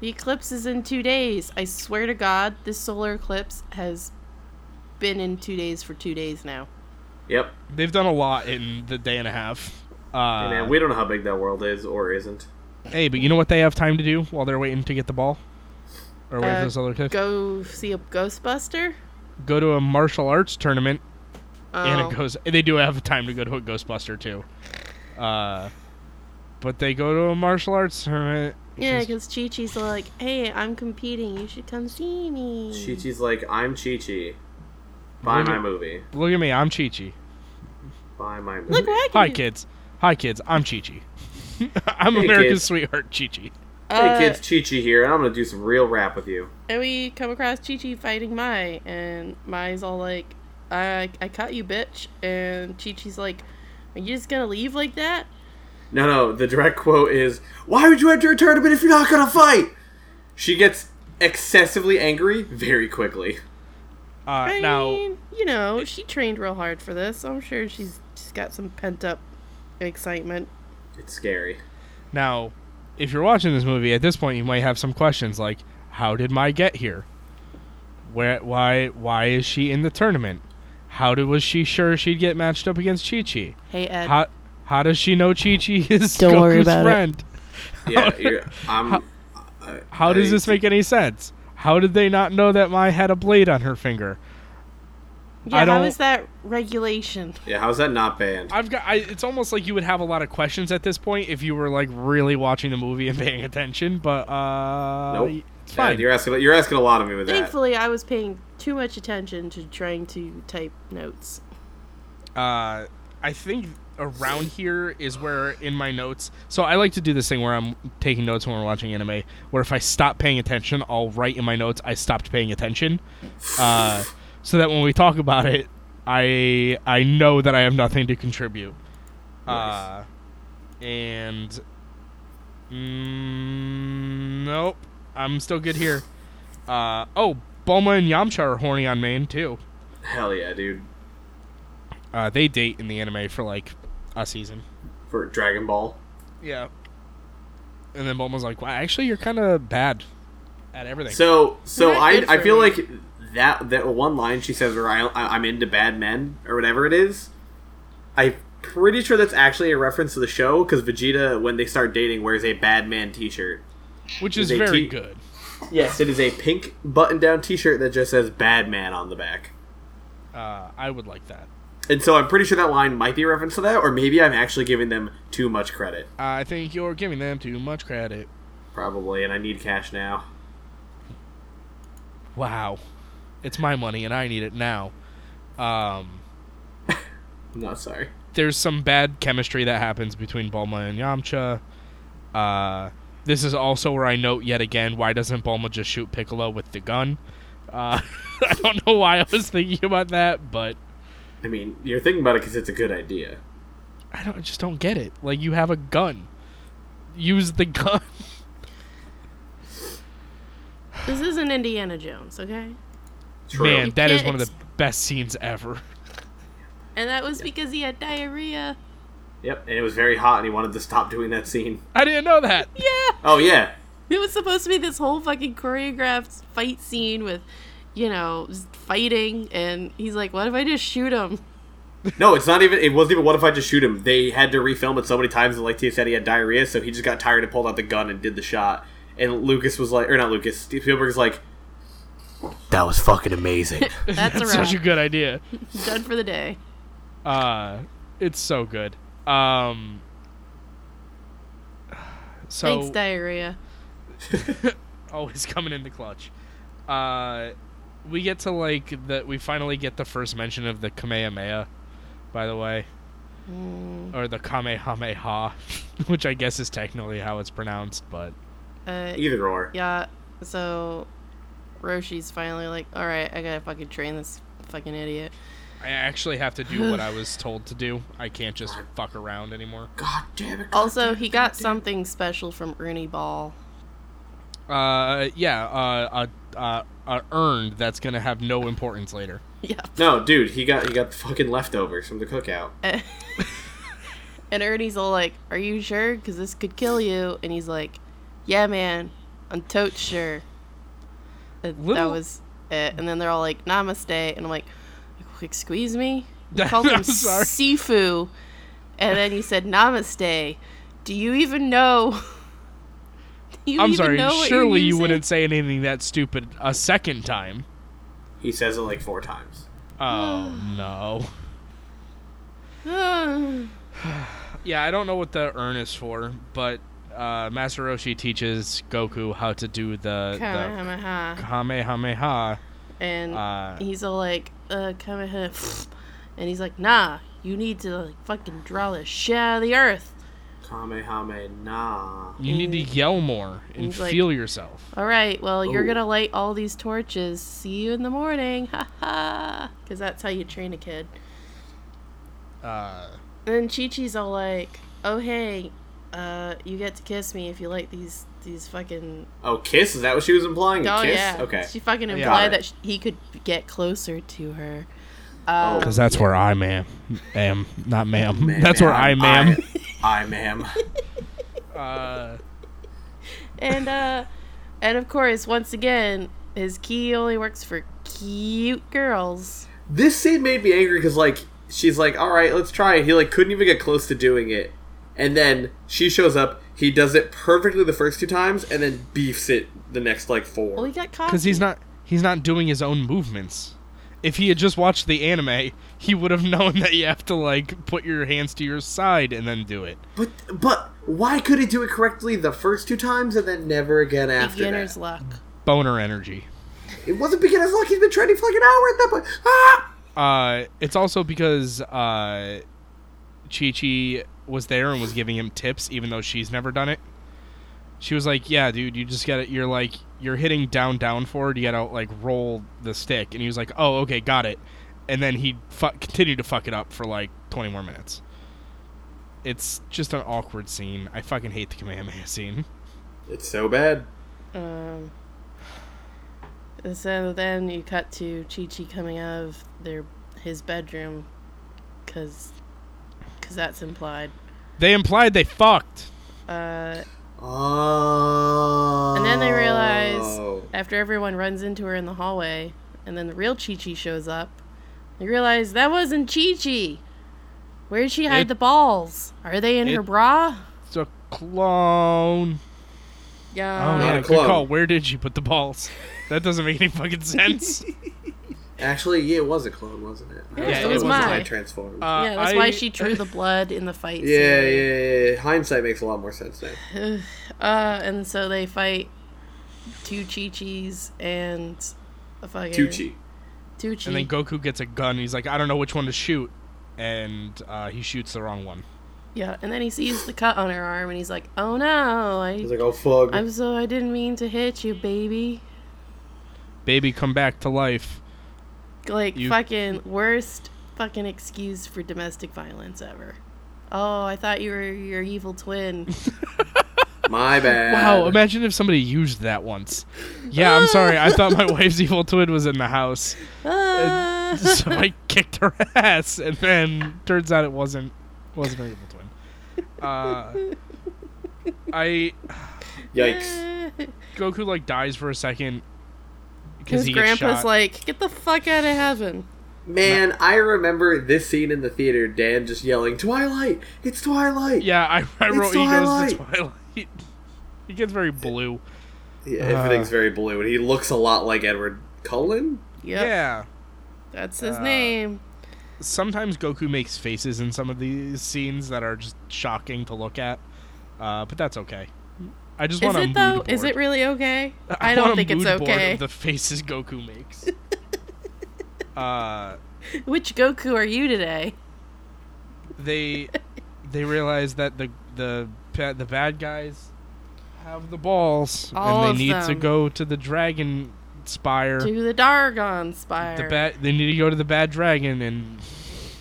Speaker 3: the eclipse is in two days. I swear to God, this solar eclipse has been in two days for two days now.
Speaker 4: Yep.
Speaker 2: they've done a lot in the day and a half. Uh,
Speaker 4: And then we don't know how big that world is or isn't.
Speaker 2: Hey, but you know what they have time to do while they're waiting to get the ball? Or wait
Speaker 3: Uh,
Speaker 2: for this other kid? Go-,
Speaker 3: Go see a Ghostbuster.
Speaker 2: to a martial arts tournament,
Speaker 3: Oh,
Speaker 2: and it goes. They do have time to go to a Ghostbuster too. Uh, but they go to a martial arts tournament.
Speaker 3: yeah,
Speaker 2: which is-
Speaker 3: because Chi Chi's like, "Hey, I'm competing. You should come see me."
Speaker 4: Chi Chi's like, I'm Chi Chi. Buy my movie.
Speaker 2: look at me, I'm Chi Chi.
Speaker 4: Buy my movie.
Speaker 3: Look, I can
Speaker 2: Hi
Speaker 3: do-
Speaker 2: kids, hi kids, I'm Chi [laughs] Chi. I'm
Speaker 4: Hey,
Speaker 2: America's
Speaker 4: kids.
Speaker 2: sweetheart, Chi Chi.
Speaker 3: Uh,
Speaker 4: hey kids, Chi Chi here, and I'm gonna do some real rap with you.
Speaker 3: And we come across Chi Chi fighting Mai, and Mai's all like, I, I caught you, bitch. And Chi Chi's like, Are you just gonna leave like that?
Speaker 4: No, no, the direct quote is, Why would you enter a tournament if you're not gonna fight? She gets excessively angry very quickly.
Speaker 2: Uh,
Speaker 3: I
Speaker 2: now,
Speaker 3: mean, you know, she trained real hard for this. I'm sure she's she's got some pent up excitement.
Speaker 4: It's scary.
Speaker 2: now, if you're watching this movie at this point, you might have some questions like, how did Mai get here? Where, why, why is she in the tournament? How did, was she sure she'd get matched up against Chi Chi?
Speaker 3: Hey Ed,
Speaker 2: How, how does she know Chi Chi is
Speaker 3: Don't
Speaker 2: Goku's
Speaker 3: worry about it.
Speaker 2: friend? [laughs]
Speaker 4: Yeah, you're, I'm.
Speaker 2: How does
Speaker 4: I-
Speaker 2: this make any sense? How did they not know that Mai had a blade on her finger?
Speaker 3: Yeah,
Speaker 2: I don't-
Speaker 3: how is that regulation?
Speaker 4: Yeah, how's that not banned?
Speaker 2: I've got. I, it's almost like you would have a lot of questions at this point if you were like really watching the movie and paying attention. But uh,
Speaker 4: Nope.
Speaker 2: it's fine.
Speaker 4: Yeah, you're asking. You're asking a lot of me with that.
Speaker 3: Thankfully, I was paying too much attention to trying to type notes.
Speaker 2: uh, I think around here is where in my notes. So I like to do this thing where I'm taking notes when we're watching anime, where if I stop paying attention, I'll write in my notes I stopped paying attention, uh, so that when we talk about it, I I know that I have nothing to contribute.
Speaker 4: Nice.
Speaker 2: Uh, and mm, nope, I'm still good here. Uh, oh, Bulma and Yamcha are horny on main too.
Speaker 4: Hell yeah, dude.
Speaker 2: Uh, they date in the anime for like a season.
Speaker 4: For Dragon Ball.
Speaker 2: Yeah. And then Bulma's like, "Wow, actually, you're kind of bad at everything."
Speaker 4: So, so
Speaker 3: Not
Speaker 4: I,
Speaker 3: good
Speaker 4: I
Speaker 3: for
Speaker 4: feel
Speaker 3: me.
Speaker 4: like that that one line she says, where I, I- I'm into bad men or whatever it is. I'm pretty sure that's actually a reference to the show because Vegeta, when they start dating, wears a bad man T-shirt.
Speaker 2: which is
Speaker 4: they
Speaker 2: very
Speaker 4: te-
Speaker 2: good.
Speaker 4: Yes, it is a pink button-down T-shirt that just says "bad man" on the back.
Speaker 2: Uh, I would like that.
Speaker 4: And so I'm pretty sure that line might be a reference to that, or maybe I'm actually giving them too much credit.
Speaker 2: I think you're giving them too much credit.
Speaker 4: Probably, and I need cash now.
Speaker 2: Wow, it's my money and I need it now. Um,
Speaker 4: No, sorry.
Speaker 2: there's some bad chemistry that happens between Bulma and Yamcha. Uh, this is also where I note yet again why doesn't Bulma just shoot Piccolo with the gun? Uh, [laughs] I don't know why I was thinking about that, but
Speaker 4: I mean, you're thinking about it because it's a good idea.
Speaker 2: I don't I just don't get it. Like you have a gun, use the [laughs] gun.
Speaker 3: This isn't Indiana Jones, okay?
Speaker 4: True.
Speaker 2: Man, that is
Speaker 3: can't
Speaker 2: one of the
Speaker 3: ex-
Speaker 2: best scenes ever. [laughs]
Speaker 3: And that was because he had diarrhea.
Speaker 4: Yep, and it was very hot, and he wanted to stop doing that scene.
Speaker 2: I didn't know that.
Speaker 3: Yeah!
Speaker 4: Oh yeah,
Speaker 3: It was supposed to be this whole fucking choreographed fight scene with, you know, s- fighting, and he's like, what if I just shoot him?
Speaker 4: no, it's not even. It wasn't even. What if I just shoot him? They had to refilm it so many times, and like Tia said, he had diarrhea, so he just got tired and pulled out the gun and did the shot. And Lucas was like, or not Lucas, Steve Spielberg's like, that was
Speaker 3: [laughs]
Speaker 4: fucking amazing.
Speaker 2: [laughs]
Speaker 3: That's,
Speaker 2: That's
Speaker 3: a wrap.
Speaker 2: such a good idea.
Speaker 3: Done for the day.
Speaker 2: Uh, it's so good. Um, [sighs] so
Speaker 3: Thanks, diarrhea.
Speaker 2: always coming in the clutch. Uh, we get to like the we finally get the first mention of the Kamehameha, by the way,
Speaker 3: Mm.
Speaker 2: or the Kamehameha, [laughs] which I guess is technically how it's pronounced, but
Speaker 3: Uh,
Speaker 4: Either or.
Speaker 3: yeah, so Roshi's finally like, all right, I gotta fucking train this fucking idiot.
Speaker 2: I actually have to do what I was told to do. I can't just fuck around anymore.
Speaker 4: God damn it.
Speaker 3: Also, he got something special from Ernie Ball. [laughs]
Speaker 2: Uh, yeah, uh, uh, uh, uh earned that's gonna have no importance later.
Speaker 3: Yep.
Speaker 4: No, dude, he got he got the fucking leftovers from the cookout.
Speaker 3: [laughs] And Ernie's all like, "Are you sure? Because this could kill you." And he's like, "Yeah, man, I'm totes sure." That, that
Speaker 2: Little-
Speaker 3: was it. And then they're all like, "Namaste," and I'm like,
Speaker 2: [laughs]
Speaker 3: "Excuse me." You
Speaker 2: That-
Speaker 3: called him
Speaker 2: I'm sorry.
Speaker 3: Sifu, and then you said Namaste. Do you even know? [laughs] Do you
Speaker 2: I'm
Speaker 3: even
Speaker 2: sorry.
Speaker 3: know what you're
Speaker 2: Surely you
Speaker 3: using? [sighs]
Speaker 2: wouldn't say anything that stupid a second time.
Speaker 4: He says it like four times.
Speaker 2: Oh no. Yeah, I don't know what the earn is for, but uh, Master Roshi teaches Goku how to do the, the
Speaker 3: Kamehameha.
Speaker 2: Kamehameha.
Speaker 3: And
Speaker 2: Uh,
Speaker 3: he's all like, uh, Kamehameha. [laughs] And he's like, nah, you need to like fucking draw the shit out of the earth.
Speaker 4: Kamehameha nah.
Speaker 2: You need to yell more and
Speaker 3: Mm. He's like-
Speaker 2: feel yourself.
Speaker 3: All right, well, you're
Speaker 4: Ooh.
Speaker 3: gonna light all these torches. See you in the morning. [laughs] Ha ha. Because that's how you train a kid.
Speaker 2: Uh,
Speaker 3: And then Chi Chi's all like, oh, hey, uh, you get to kiss me if you like these these fucking.
Speaker 4: Oh, kiss? Is that what she was implying? A
Speaker 3: Oh,
Speaker 4: kiss?
Speaker 3: yeah.
Speaker 4: Okay.
Speaker 3: She fucking
Speaker 2: Got
Speaker 3: implied
Speaker 4: it.
Speaker 3: that sh he could get closer to her.
Speaker 4: Oh,
Speaker 2: Because that's where I ma'am am, not ma'am.
Speaker 4: [laughs] ma'am,
Speaker 2: that's where I ma'am.
Speaker 4: I, I ma'am. [laughs]
Speaker 2: Uh,
Speaker 3: and uh and of course once again his key only works for cute girls
Speaker 4: this scene made me angry because like she's like all right let's try it he like couldn't even get close to doing it and then she shows up He does it perfectly the first two times, and then beefs it the next like four.
Speaker 3: Well, he got caught.
Speaker 2: because he's not he's not doing his own movements. If he had just watched the anime, he would have [laughs] known that you have to like put your hands to your side and then do it.
Speaker 4: But but why could he do it correctly the first two times and then never again after
Speaker 3: beginner's
Speaker 4: that?
Speaker 3: luck.
Speaker 2: Boner energy.
Speaker 4: It wasn't beginner's luck. He's been training for like an hour at that point. Ah!
Speaker 2: Uh, it's also because uh, Chi Chi was there and was giving him tips, even though she's never done it. She was like, "Yeah, dude, you just gotta. You're like, you're hitting down, down forward. You gotta like roll the stick." And he was like, "Oh, okay, got it." And then he fu- continued to fuck it up for like 20 more minutes. It's just an awkward scene. I fucking hate the Kamehameha scene.
Speaker 4: It's so bad.
Speaker 2: Mm-hmm.
Speaker 3: Um, and so then you cut to Chi Chi coming out of their his bedroom, because that's implied.
Speaker 2: They implied they fucked.
Speaker 3: Uh,
Speaker 4: Oh.
Speaker 3: and then they realize after everyone runs into her in the hallway, and then the real Chi Chi shows up. They realize that wasn't Chi Chi. Where did she hide
Speaker 2: It-
Speaker 3: the balls? Are they in her
Speaker 2: it-
Speaker 3: bra?
Speaker 2: It's a clone.
Speaker 3: Yeah.
Speaker 2: Oh,
Speaker 4: Not
Speaker 2: yeah,
Speaker 4: a
Speaker 2: good
Speaker 4: club.
Speaker 2: call. Where did she put the balls? [laughs] That doesn't make any
Speaker 3: [laughs]
Speaker 2: fucking sense.
Speaker 4: Actually, yeah, it was a clone, wasn't it? I
Speaker 3: Yeah,
Speaker 4: always
Speaker 3: it
Speaker 4: thought
Speaker 3: was
Speaker 4: wasn't
Speaker 3: mine.
Speaker 4: when I transformed.
Speaker 2: Uh,
Speaker 3: yeah, that's why
Speaker 2: I-
Speaker 3: she drew the blood in the fight.
Speaker 4: yeah,
Speaker 3: scene.
Speaker 4: yeah, yeah, yeah. Hindsight makes a lot more sense now.
Speaker 3: Uh, and so they fight two Chi Chi's and a fucking
Speaker 4: Tucci.
Speaker 3: Two Chi.
Speaker 2: And then Goku gets a gun. He's like, I don't know which one to shoot, and uh, he shoots the wrong one.
Speaker 3: yeah, and then he sees the cut on her arm and he's like, "Oh no, I,
Speaker 4: He's like, oh fuck.
Speaker 3: I'm so I didn't mean to hit you, baby."
Speaker 2: Baby, come back to life.
Speaker 3: Like
Speaker 2: You-
Speaker 3: fucking worst fucking excuse for domestic violence ever. Oh, I thought you were your
Speaker 2: [laughs]
Speaker 3: evil twin.
Speaker 4: [laughs] My bad.
Speaker 2: Wow, imagine if somebody used that once. Yeah, I'm sorry. I thought
Speaker 3: [laughs]
Speaker 2: my wife's evil twin was in the house, [laughs]
Speaker 3: Ah.
Speaker 2: so I kicked her ass, and then turns out it wasn't wasn't her evil twin. Uh, I
Speaker 4: Yikes.
Speaker 3: [laughs]
Speaker 2: Goku like dies for a second because
Speaker 3: His
Speaker 2: he gets
Speaker 3: grandpa's
Speaker 2: shot.
Speaker 3: like, "Get the fuck out of heaven."
Speaker 4: Man, I remember this scene in the theater, Dan just yelling, Twilight! It's Twilight!
Speaker 2: Yeah, I, I
Speaker 4: It's
Speaker 2: wrote he goes to
Speaker 4: Twilight.
Speaker 2: Twilight. [laughs] he gets very blue.
Speaker 4: Yeah, everything's very blue, and he looks a lot like Edward Cullen?
Speaker 3: Yep,
Speaker 2: Yeah.
Speaker 3: that's his
Speaker 2: Uh,
Speaker 3: name.
Speaker 2: Sometimes Goku makes faces in some of these scenes that are just shocking to look at, uh, but that's okay. I just
Speaker 3: Is
Speaker 2: want a
Speaker 3: it
Speaker 2: mood
Speaker 3: though?
Speaker 2: board.
Speaker 3: Is it really
Speaker 2: [laughs]
Speaker 3: okay? I,
Speaker 2: want
Speaker 3: don't
Speaker 2: a
Speaker 3: think it's
Speaker 2: mood board
Speaker 3: okay.
Speaker 2: Of
Speaker 3: [laughs]
Speaker 2: the faces Goku makes. [laughs] uh,
Speaker 3: Which Goku are you today?
Speaker 2: they they realize that the the ba- the bad guys have the balls
Speaker 3: All
Speaker 2: and
Speaker 3: of
Speaker 2: they need to
Speaker 3: them.
Speaker 2: go to the dragon spire.
Speaker 3: [laughs] To the Dargon Spire.
Speaker 2: the bad they need to go to the bad dragon and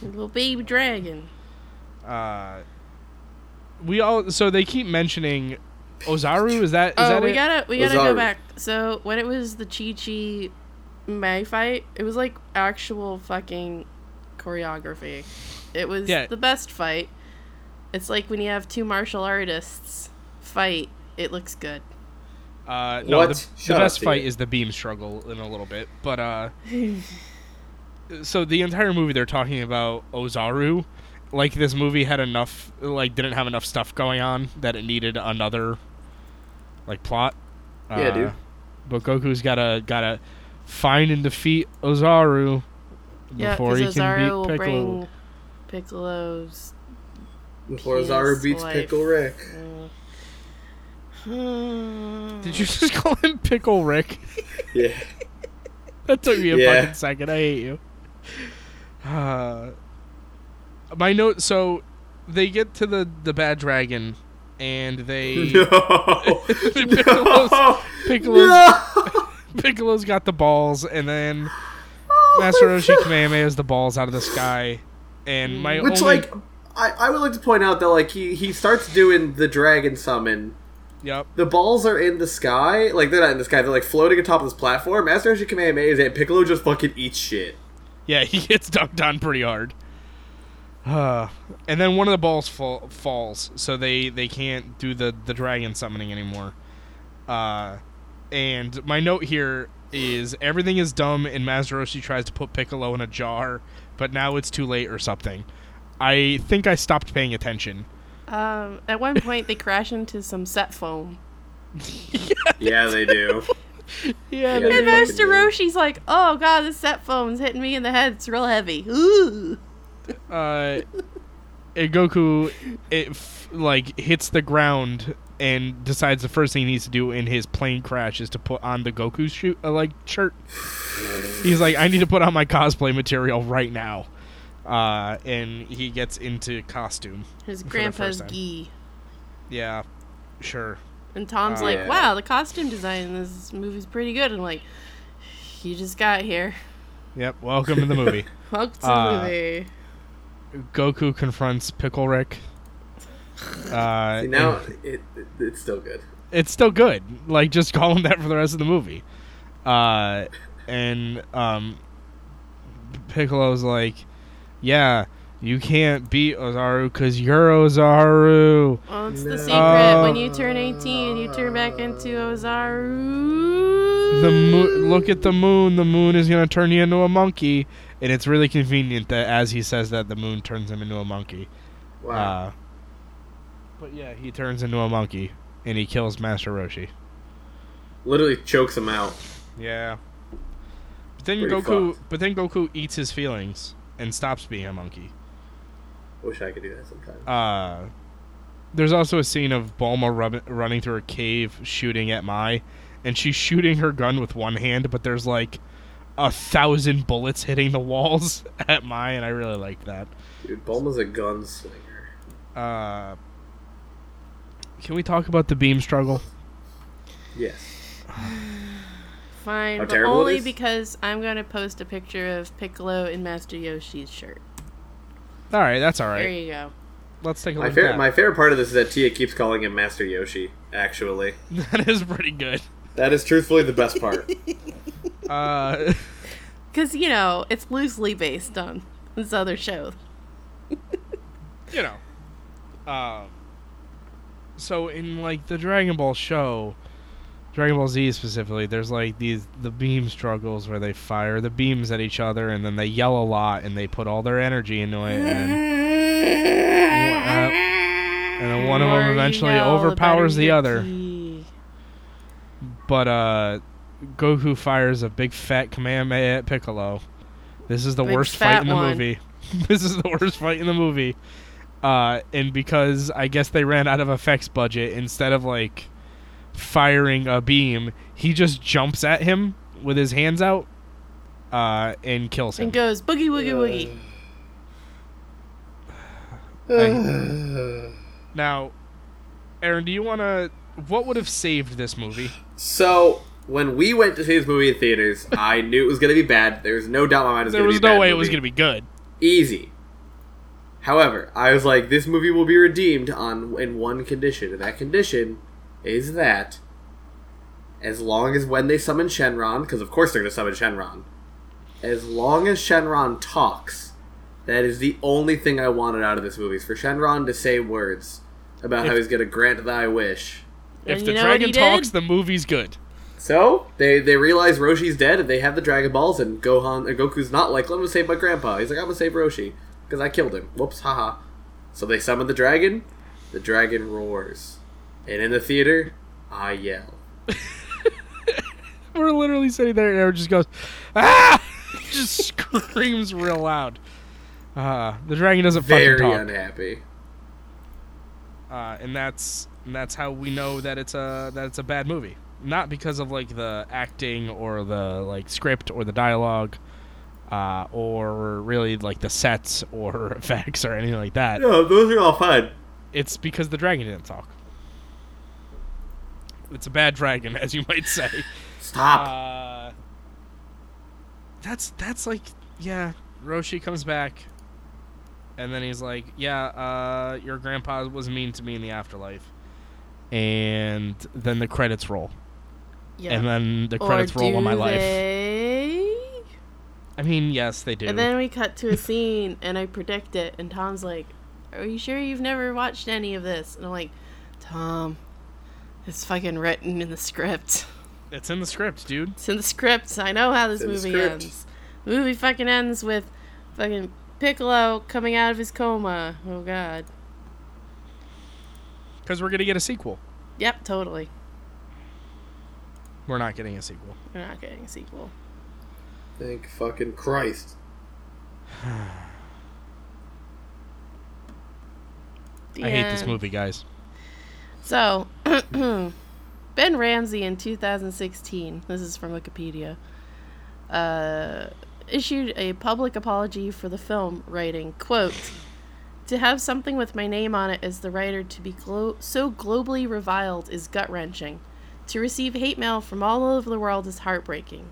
Speaker 3: Little baby dragon.
Speaker 2: uh we all so they keep mentioning Ozaru is that is
Speaker 3: Oh,
Speaker 2: that
Speaker 3: we
Speaker 2: it?
Speaker 3: gotta we gotta go
Speaker 4: Ozaru.
Speaker 3: back. So when it was the Chi Chi May fight, it was like actual fucking choreography. It was
Speaker 2: Yeah.
Speaker 3: the best fight. It's like when you have two martial artists fight, it looks good.
Speaker 2: uh no
Speaker 4: What?
Speaker 2: the, the
Speaker 4: Shut up,
Speaker 2: best
Speaker 4: dude.
Speaker 2: fight is the beam struggle in a little bit but
Speaker 3: [laughs]
Speaker 2: uh so the entire movie they're talking about Ozaru like this movie had enough like didn't have enough stuff going on that it needed another like plot
Speaker 4: Yeah,
Speaker 2: Uh,
Speaker 4: dude.
Speaker 2: but Goku's gotta gotta find and defeat Ozaru
Speaker 3: Yeah,
Speaker 2: before
Speaker 3: because
Speaker 2: he can
Speaker 3: Ozaru
Speaker 2: beat
Speaker 3: will
Speaker 2: Piccolo.
Speaker 3: bring Piccolo's
Speaker 4: Before
Speaker 3: Yes,
Speaker 4: Zaru beats
Speaker 3: life.
Speaker 4: Pickle
Speaker 2: [laughs]
Speaker 4: Rick.
Speaker 2: Did you [laughs] just call him Pickle Rick?
Speaker 4: Yeah.
Speaker 2: [laughs] That took me a
Speaker 4: Yeah.
Speaker 2: fucking second. I hate you. Uh, my note. So they get to the the bad dragon, and they
Speaker 4: [laughs] No!
Speaker 2: Piccolo's,
Speaker 4: no!
Speaker 2: Piccolo's,
Speaker 4: No! [laughs]
Speaker 2: Piccolo's got the balls, and then Master Roshi Kamehameha has the balls out of the sky. And my
Speaker 4: Which,
Speaker 2: only,
Speaker 4: like, I, I would like to point out that, like, he, he starts doing the dragon summon.
Speaker 2: yep,
Speaker 4: The balls are in the sky. Like, they're not in the sky. They're, like, floating atop this platform. Master Roshi Kamehameha is at Piccolo just fucking eats shit.
Speaker 2: yeah, [laughs] he gets dunked on pretty hard. [sighs] Uh, and then one of the balls fall, falls, so they they can't do the the dragon summoning anymore. Uh, and my note here is everything is dumb, and Masaroshi tries to put Piccolo in a jar, but now it's too late or something. I think I stopped paying attention
Speaker 3: Um, at one point, they crash into some set foam.
Speaker 4: Yeah,
Speaker 3: [laughs]
Speaker 4: they do.
Speaker 2: Yeah,
Speaker 4: they
Speaker 2: they
Speaker 3: And
Speaker 4: do.
Speaker 2: do.
Speaker 4: fucking
Speaker 3: Master Roshi's like, oh god, this set foam's hitting me in the head. It's real heavy. Ooh.
Speaker 2: Uh, and Goku, it f- like hits the ground and decides the first thing he needs to do in his plane crash is to put on the Goku shoot uh, like shirt. He's like, I need to put on my cosplay material right now, uh, and he gets into costume.
Speaker 3: His
Speaker 2: the
Speaker 3: grandpa's
Speaker 2: first time.
Speaker 3: gi.
Speaker 2: Yeah, sure.
Speaker 3: And Tom's
Speaker 2: Oh,
Speaker 3: like,
Speaker 4: yeah.
Speaker 3: wow, the costume design in this movie's pretty good. I'm like, you just got here. [laughs]
Speaker 2: Yep. Welcome to the movie.
Speaker 3: Welcome to
Speaker 2: Uh,
Speaker 4: Ah.
Speaker 3: the movie.
Speaker 2: Goku confronts Pickle Rick. Uh,
Speaker 4: See, now it, it, it's still good.
Speaker 2: it's still good. Like just [laughs] call him that for the rest of the movie. Uh, and um, Piccolo's like, yeah, you can't beat Ozaru because you're Ozaru.
Speaker 3: Well, it's
Speaker 4: No.
Speaker 3: the secret.
Speaker 4: Ah.
Speaker 3: when you turn 18, you turn back into Ozaru.
Speaker 2: The mo- look at the moon. The moon is gonna turn you into a monkey, and it's really convenient that as he says that, the moon turns him into a monkey.
Speaker 4: Wow.
Speaker 2: Uh, but yeah, he turns into a monkey and he kills Master Roshi.
Speaker 4: Literally chokes him out.
Speaker 2: Yeah. But then
Speaker 4: Pretty
Speaker 2: Goku, but then Goku eats his feelings and stops being a monkey.
Speaker 4: Wish I could do that sometime.
Speaker 2: Uh, there's also a scene of Bulma rub- running through a cave shooting at Mai, and she's shooting her gun with one hand, but there's like a thousand bullets hitting the walls [laughs] at Mai, and I really like that.
Speaker 4: Dude, Bulma's a gunslinger.
Speaker 2: Uh, can we talk about the beam struggle?
Speaker 4: Yes.
Speaker 3: Fine,
Speaker 4: How
Speaker 3: but
Speaker 4: terrible it
Speaker 3: only
Speaker 4: is?
Speaker 3: because I'm going to post a picture of Piccolo in Master Yoshi's shirt.
Speaker 2: All right, that's all
Speaker 3: There
Speaker 2: right.
Speaker 3: you go.
Speaker 2: Let's take a look
Speaker 4: My
Speaker 2: at
Speaker 4: favorite,
Speaker 2: that.
Speaker 4: my favorite part of this is that Tia keeps calling him Master Yoshi. Actually,
Speaker 2: [laughs] that is pretty good.
Speaker 4: that is truthfully the best part.
Speaker 2: [laughs] Uh, [laughs]
Speaker 3: Because, you know, it's loosely based on this other show.
Speaker 2: you know. Um, so in like the Dragon Ball show, Dragon Ball Z specifically, there's like these the beam struggles where they fire the beams at each other and then they yell a lot and they put all their energy into it
Speaker 3: [laughs]
Speaker 2: and, uh, and then one of
Speaker 3: More
Speaker 2: them
Speaker 3: you
Speaker 2: eventually
Speaker 3: know, the
Speaker 2: overpowers
Speaker 3: better
Speaker 2: the
Speaker 3: you
Speaker 2: other.
Speaker 3: be.
Speaker 2: But uh, Goku fires a big fat Kamehameha at Piccolo. This is the
Speaker 3: Big
Speaker 2: worst
Speaker 3: fat
Speaker 2: fight in the
Speaker 3: one.
Speaker 2: movie. [laughs] this is the worst fight in the movie. Uh, and because I guess they ran out of effects budget, instead of like firing a beam, he just jumps at him with his hands out uh, and kills him.
Speaker 3: And goes boogie woogie woogie.
Speaker 2: I- now, Aaron, do you want to? What would have saved this movie?
Speaker 4: So when we went to see this movie in theaters, I knew it was gonna be bad. There was no doubt in my mind it was
Speaker 2: There
Speaker 4: gonna be
Speaker 2: was
Speaker 4: a bad
Speaker 2: no way it was
Speaker 4: movie.
Speaker 2: going to be good.
Speaker 4: easy. However, I was like, this movie will be redeemed on in one condition, and that condition is that as long as when they summon Shenron, because of course they're going to summon Shenron, as long as Shenron talks, that is the only thing I wanted out of this movie is for Shenron to say words about how he's going to grant thy wish.
Speaker 3: And
Speaker 2: if
Speaker 3: you
Speaker 2: the
Speaker 3: know what
Speaker 2: dragon
Speaker 3: he
Speaker 2: talks,
Speaker 3: did?
Speaker 2: the movie's good.
Speaker 4: So they they realize Roshi's dead, and they have the Dragon Balls, and Gohan and Goku's not like, "Let me save my grandpa." He's like, "I'm gonna save Roshi because I killed him." Whoops, haha. So they summon the dragon. The dragon roars, and in the theater, I yell.
Speaker 2: [laughs] We're literally sitting there, and Aaron just goes, ah! [laughs] just screams real loud. Uh, the dragon doesn't
Speaker 4: Very
Speaker 2: fucking talk,
Speaker 4: unhappy.
Speaker 2: uh, and that's and that's how we know that it's a that it's a bad movie. Not because of like the acting or the like script or the dialogue, uh, or really like the sets or [laughs] effects or anything like that.
Speaker 4: No, those are all fun.
Speaker 2: It's because the dragon didn't talk. It's a bad dragon, [laughs] as you might say.
Speaker 4: Stop.
Speaker 2: Uh, that's that's like yeah. Roshi comes back, and then he's like, "Yeah, uh, your grandpa was mean to me in the afterlife." And then the credits roll,
Speaker 3: Yeah.
Speaker 2: and then the
Speaker 3: Or
Speaker 2: credits roll on my
Speaker 3: do
Speaker 2: life.
Speaker 3: they?
Speaker 2: I mean, yes, they do.
Speaker 3: And then we cut to a scene, and I predict it, and Tom's like, "Are you sure you've never watched any of this?" And I'm like, "Tom, it's fucking written in the script.
Speaker 2: it's in the script, dude.
Speaker 3: It's in the script. I know how this
Speaker 4: It's in the
Speaker 3: movie
Speaker 4: script.
Speaker 3: ends. Movie fucking ends with fucking Piccolo coming out of his coma. Oh God."
Speaker 2: because we're gonna get a sequel.
Speaker 3: Yep, totally.
Speaker 2: We're not getting a sequel.
Speaker 3: We're not getting a sequel.
Speaker 4: Thank fucking Christ.
Speaker 3: The
Speaker 2: I hate this
Speaker 3: end.
Speaker 2: movie, guys. [sighs]
Speaker 3: So, [clears throat] Ben Ramsey in 2016, this is from Wikipedia, uh, issued a public apology for the film, writing, quote, to have something with my name on it as the writer to be glo- so globally reviled is gut wrenching. To receive hate mail from all over the world is heartbreaking.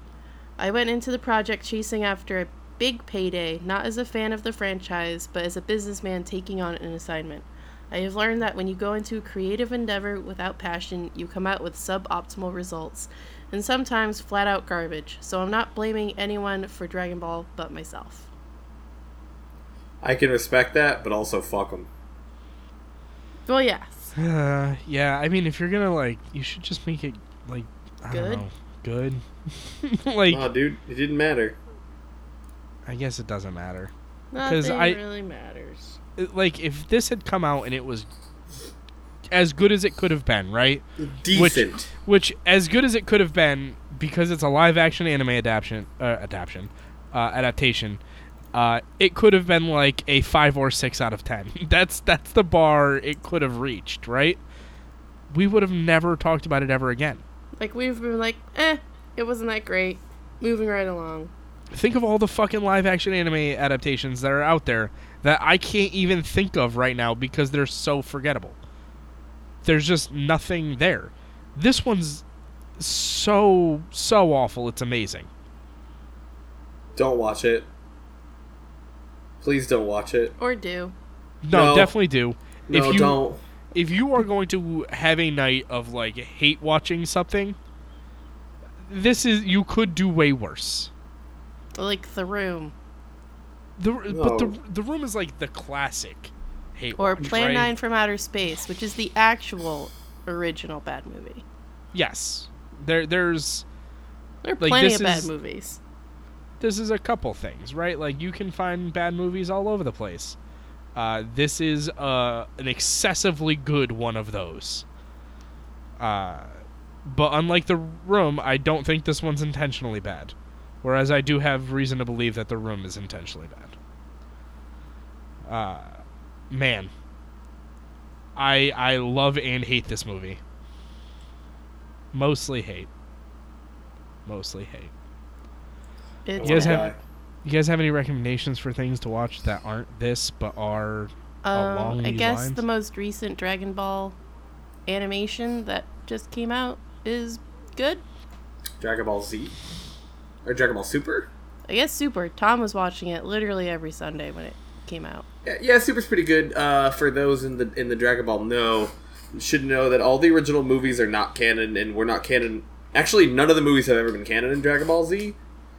Speaker 3: I went into the project chasing after a big payday, not as a fan of the franchise, but as a businessman taking on an assignment. I have learned that when you go into a creative endeavor without passion, you come out with suboptimal results, and sometimes flat out garbage. So I'm not blaming anyone for Dragon Ball but myself.
Speaker 4: I can respect that, but also fuck him.
Speaker 2: [laughs]
Speaker 3: Well, yes.
Speaker 2: Uh, yeah, I mean, if you're gonna like, you should just make it like I
Speaker 3: Good?
Speaker 2: don't know, good. [laughs] like,
Speaker 4: Nah, dude, it didn't matter.
Speaker 2: I guess it doesn't matter.
Speaker 3: Nothing
Speaker 2: I-
Speaker 3: really matters.
Speaker 2: It- Like, if this had come out and it was as good as it could have been, right?
Speaker 4: Decent.
Speaker 2: Which, as good as it could have been, because it's a live-action anime adaptation, uh, adaptation, uh, adaptation. Uh, it could have been like a five or six out of ten. [laughs] That's that's the bar it could have reached, right? We would have never talked about it ever again.
Speaker 3: Like, we've been like, eh, it wasn't that great. Moving right along.
Speaker 2: Think of all the fucking live action anime adaptations that are out there that I can't even think of right now because they're so forgettable. There's just nothing there. This one's so so awful. It's amazing.
Speaker 4: Don't watch it. Please don't watch it.
Speaker 3: Or do.
Speaker 2: No,
Speaker 4: No.
Speaker 2: definitely do.
Speaker 4: No,
Speaker 2: if you
Speaker 4: don't.
Speaker 2: if you are going to have a night of like hate watching something, this is you could do way worse.
Speaker 3: Like The Room.
Speaker 2: The but
Speaker 4: No.
Speaker 2: the the room is like the classic hate
Speaker 3: Or
Speaker 2: watch,
Speaker 3: Plan
Speaker 2: right?
Speaker 3: 9 from Outer Space, which is the actual original bad movie.
Speaker 2: Yes. There there's
Speaker 3: There are
Speaker 2: Like,
Speaker 3: plenty
Speaker 2: this
Speaker 3: of bad
Speaker 2: is-
Speaker 3: movies.
Speaker 2: this is a couple things, right? Like you can find bad movies all over the place. Uh, this is uh, an excessively good one of those. Uh, but unlike the room, I don't think this one's intentionally bad. Whereas I do have reason to believe that the room is intentionally bad. Uh, man, I I love and hate this movie. Mostly hate. Mostly hate.
Speaker 3: It's
Speaker 2: You guys
Speaker 3: bad.
Speaker 2: have- You guys have any recommendations for things to watch that aren't this but are? along
Speaker 3: Um, I
Speaker 2: these
Speaker 3: guess
Speaker 2: lines?
Speaker 3: the most recent Dragon Ball animation that just came out is good.
Speaker 4: Dragon Ball Z? Or Dragon Ball Super?
Speaker 3: I guess Super. Tom was watching it literally every Sunday when it came out.
Speaker 4: Yeah, yeah, Super's pretty good. Uh, for those in the in the Dragon Ball know, should know that all the original movies are not canon, and were not canon. Actually, none of the movies have ever been canon in Dragon Ball Z.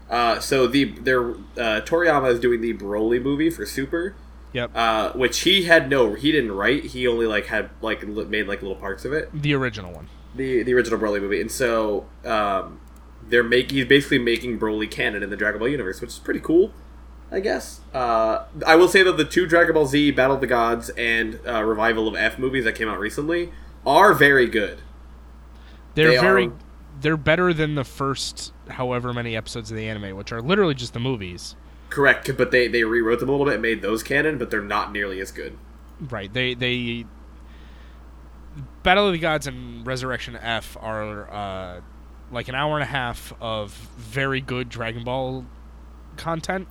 Speaker 4: Uh, so the their uh, Toriyama is doing the Broly movie for Super,
Speaker 2: Yep.
Speaker 4: uh, which he had no, he didn't write. He only like had like li- made like little parts of it.
Speaker 2: the original one.
Speaker 4: The the original Broly movie, and so um, they're making he's basically making Broly canon in the Dragon Ball universe, which is pretty cool. I guess. Uh, I will say that the two Dragon Ball Z Battle of the Gods and uh, Revival of F movies that came out recently are very good.
Speaker 2: They're
Speaker 4: They are-
Speaker 2: very. They're better than the first however many episodes of the anime, which are literally just the movies.
Speaker 4: Correct, but they, they rewrote them a little bit and made those canon, but they're not nearly as good.
Speaker 2: Right. They they. Battle of the Gods and Resurrection F are uh, like an hour and a half of very good Dragon Ball content.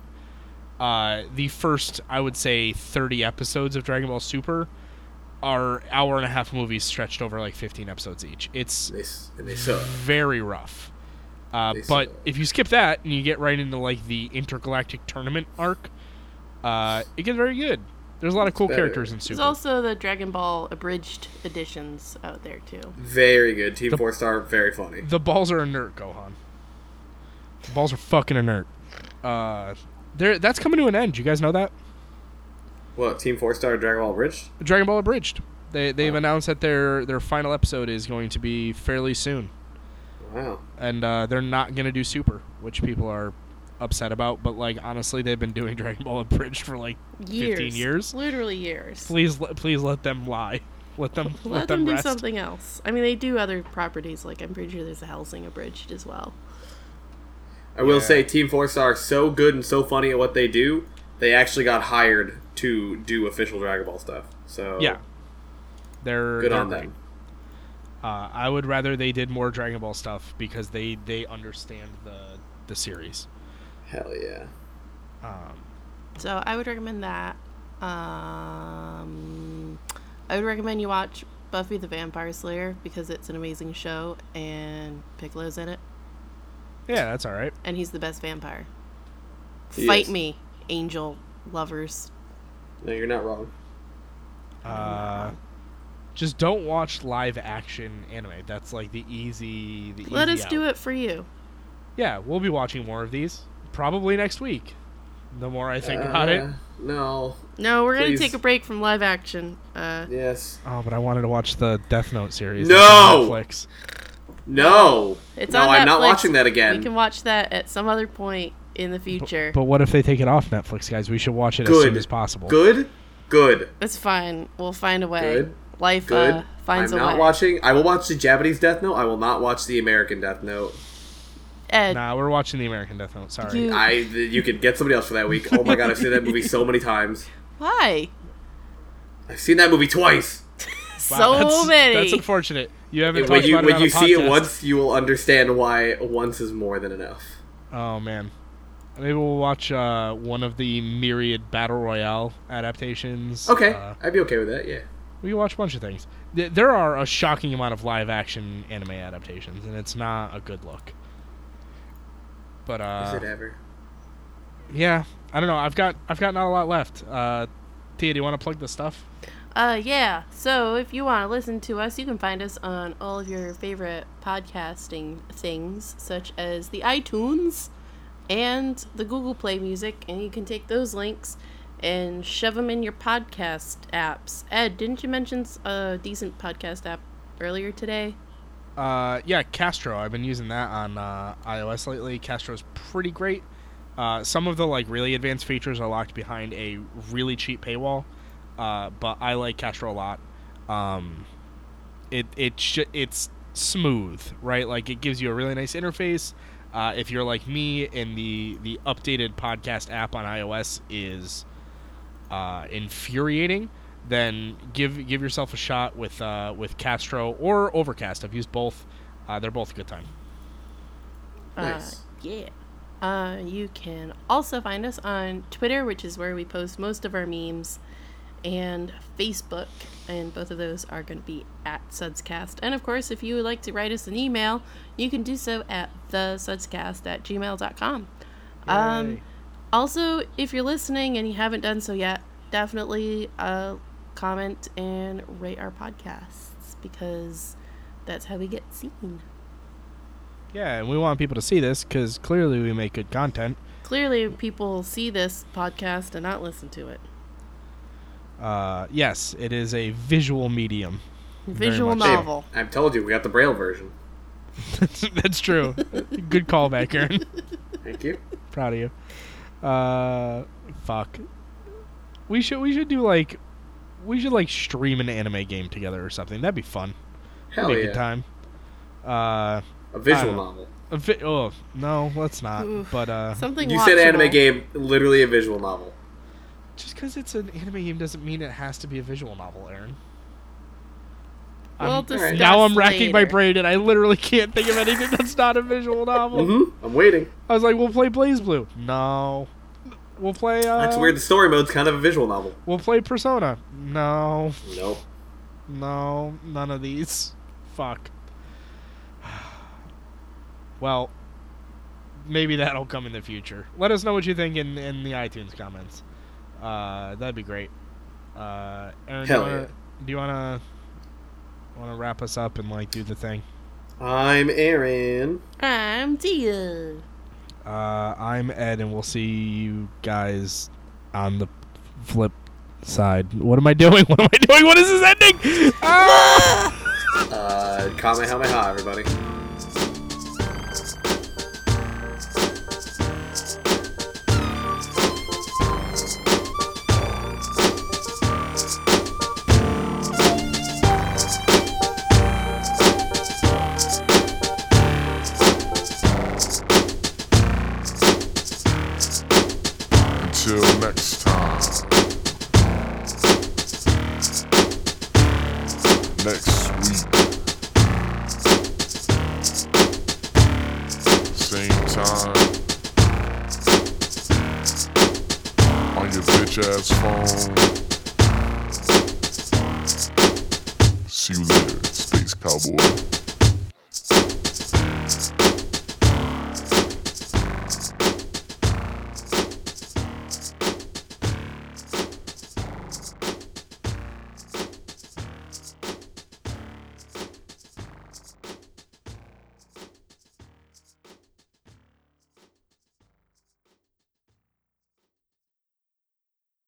Speaker 2: Uh, the first, I would say, thirty episodes of Dragon Ball Super are hour and a half movies stretched over like fifteen episodes each. It's
Speaker 4: They, s- and they suck.
Speaker 2: very rough. Uh,
Speaker 4: They suck.
Speaker 2: but if you skip that and you get right into like the intergalactic tournament arc, uh, it gets very good. There's a lot of cool
Speaker 4: better.
Speaker 2: characters in
Speaker 3: There's
Speaker 2: Super.
Speaker 3: also the Dragon Ball abridged editions out there too.
Speaker 4: Very good. Team
Speaker 2: The-
Speaker 4: 4 star, very funny.
Speaker 2: The balls are inert, Gohan. The balls are fucking inert. Uh, there. That's coming to an end. You guys know that
Speaker 4: What, Team 4 star Dragon Ball Bridge?
Speaker 2: Dragon Ball Abridged. They they've announced that their their final episode is going to be fairly soon,
Speaker 4: Wow.
Speaker 2: and uh, they're not gonna do Super, which people are upset about. But like honestly, they've been doing [laughs] Dragon Ball Abridged for like
Speaker 3: Years,
Speaker 2: 15 years.
Speaker 3: literally years.
Speaker 2: Please, le- please let them lie. Let them let,
Speaker 3: [laughs] Let them do
Speaker 2: rest.
Speaker 3: something else. I mean, they do other properties. Like I'm pretty sure there's a Helsing abridged as well.
Speaker 4: I will say Team Four Star are so good and so funny at what they do, they actually got hired to do official Dragon Ball stuff. So
Speaker 2: Yeah, they're
Speaker 4: good
Speaker 2: they're
Speaker 4: on
Speaker 2: great.
Speaker 4: them.
Speaker 2: Uh, I would rather they did more Dragon Ball stuff because they they understand the the series.
Speaker 4: Hell yeah.
Speaker 2: Um,
Speaker 3: So I would recommend that. Um, I would recommend you watch Buffy the Vampire Slayer because it's an amazing show and Piccolo's in it
Speaker 2: yeah, that's all right.
Speaker 3: and he's the best vampire.
Speaker 4: He
Speaker 3: Fight
Speaker 4: is.
Speaker 3: me, angel lovers.
Speaker 4: No, you're not wrong.
Speaker 2: Uh, just don't watch live action anime. That's like the easy. The
Speaker 3: Let
Speaker 2: easy
Speaker 3: us do
Speaker 2: out.
Speaker 3: it for you.
Speaker 2: Yeah, we'll be watching more of these probably next week. The more I think about it.
Speaker 4: Uh, No.
Speaker 3: No, we're going
Speaker 4: Please.
Speaker 3: to take a break from live action. Uh,
Speaker 4: Yes.
Speaker 2: Oh, but I wanted to watch the Death Note series.
Speaker 4: No!
Speaker 2: that's on Netflix.
Speaker 4: No.
Speaker 3: It's
Speaker 4: no,
Speaker 3: on
Speaker 4: I'm not
Speaker 3: Netflix.
Speaker 4: watching that again.
Speaker 3: we can watch that at some other point in the future.
Speaker 2: But what if they take it off Netflix, guys? We should watch it as
Speaker 4: Good.
Speaker 2: soon as possible.
Speaker 4: Good. Good.
Speaker 3: It's fine. We'll find a way.
Speaker 4: Good.
Speaker 3: Life
Speaker 4: Good.
Speaker 3: Uh, finds
Speaker 4: I'm
Speaker 3: a
Speaker 4: not
Speaker 3: way.
Speaker 4: watching. I will watch the Japanese Death Note. I will not watch the American Death Note.
Speaker 3: Ed,
Speaker 2: Nah, we're watching the American Death Note. Sorry.
Speaker 3: You- [laughs]
Speaker 4: I. You could get somebody else for that week. Oh my god, I've seen that movie so many times.
Speaker 3: why?
Speaker 4: I've seen that movie twice.
Speaker 2: Wow,
Speaker 3: so
Speaker 2: that's,
Speaker 3: many.
Speaker 2: That's unfortunate. You haven't
Speaker 4: when
Speaker 2: talked
Speaker 4: you
Speaker 2: about it
Speaker 4: when
Speaker 2: on
Speaker 4: you
Speaker 2: a
Speaker 4: see it
Speaker 2: podcast.
Speaker 4: once, you will understand why once is more than enough.
Speaker 2: Oh man. Maybe we'll watch uh, one of the myriad battle royale adaptations.
Speaker 4: Okay,
Speaker 2: Uh,
Speaker 4: I'd be okay with that. Yeah.
Speaker 2: we can watch a bunch of things. Th- There are a shocking amount of live action anime adaptations, and it's not a good look. But
Speaker 4: Is
Speaker 2: uh,
Speaker 4: it ever?
Speaker 2: yeah, I don't know. I've got I've got not a lot left. Uh, Tia, do you want to plug the stuff?
Speaker 3: Uh, yeah. So if you want to listen to us, you can find us on all of your favorite podcasting things, such as the iTunes and the Google Play Music, and you can take those links and shove them in your podcast apps. Ed, didn't you mention s- a decent podcast app earlier today?
Speaker 2: Uh, yeah, Castro. I've been using that on uh, iOS lately. Castro's pretty great. Uh, some of the like really advanced features are locked behind a really cheap paywall, uh, but I like Castro a lot. Um, it it sh- it's smooth, right? Like it gives you a really nice interface. Uh, if you're like me, and the the updated podcast app on iOS is uh, infuriating, then give give yourself a shot with uh, with Castro or Overcast. I've used both. Uh, they're both a good time.
Speaker 3: Uh,
Speaker 4: Nice.
Speaker 3: yeah. Uh, you can also find us on Twitter, which is where we post most of our memes, and Facebook, and both of those are going to be at Sudscast. And of course, if you would like to write us an email, you can do so at thesudscast at gmail.com. Um, also, if you're listening and you haven't done so yet, definitely uh, comment and rate our podcasts because that's how we get seen.
Speaker 2: Yeah, and we want people to see this because clearly we make good content.
Speaker 3: Clearly, people see this podcast and not listen to it.
Speaker 2: Uh, yes, it is a visual medium. Very
Speaker 3: Visual
Speaker 2: much
Speaker 4: Hey,
Speaker 2: [laughs]
Speaker 3: novel.
Speaker 4: I've told you we got the Braille version.
Speaker 2: That's true. good callback, Aaron.
Speaker 4: Thank you.
Speaker 2: [laughs] Proud of you. Uh, fuck. We should we should do like we should like stream an anime game together or something. That'd be fun. That'd
Speaker 4: Hell
Speaker 2: be a good
Speaker 4: yeah.
Speaker 2: time. Uh,
Speaker 4: A
Speaker 2: I
Speaker 4: visual
Speaker 2: don't know.
Speaker 4: novel.
Speaker 2: A vi- oh no, let's not.
Speaker 3: Oof.
Speaker 2: But uh,
Speaker 3: Something
Speaker 4: You said anime
Speaker 3: watchable.
Speaker 4: game, literally a visual novel.
Speaker 2: just because it's an anime game doesn't mean it has to be a visual novel, Aaron.
Speaker 3: We'll
Speaker 2: I'm-
Speaker 3: discuss
Speaker 2: now I'm racking my
Speaker 3: later.
Speaker 2: brain and I literally can't think of anything that's not a visual novel.
Speaker 4: Mm-hmm. I'm waiting.
Speaker 2: I was like, we'll play Blaze Blue. No. We'll play. Uh,
Speaker 4: That's weird. The story mode's kind of a visual novel.
Speaker 2: We'll play Persona. No,
Speaker 4: Nope.
Speaker 2: no, none of these. Fuck. [sighs] Well, maybe that'll come in the future. Let us know what you think in, in the iTunes comments. Uh, that'd be great. Uh, Aaron,
Speaker 4: Hell
Speaker 2: do you wanna- do you wanna wanna wrap us up and like do the thing?
Speaker 4: I'm Aaron.
Speaker 3: I'm Tia.
Speaker 2: Uh, I'm Ed, and we'll see you guys on the flip side. What am I doing? [laughs] What am I doing? What is this ending? Ah!
Speaker 4: Uh, Kamehameha, everybody.
Speaker 1: Thank you. next time. Next week. Same time. On your bitch ass phone. See you later, Space Cowboy.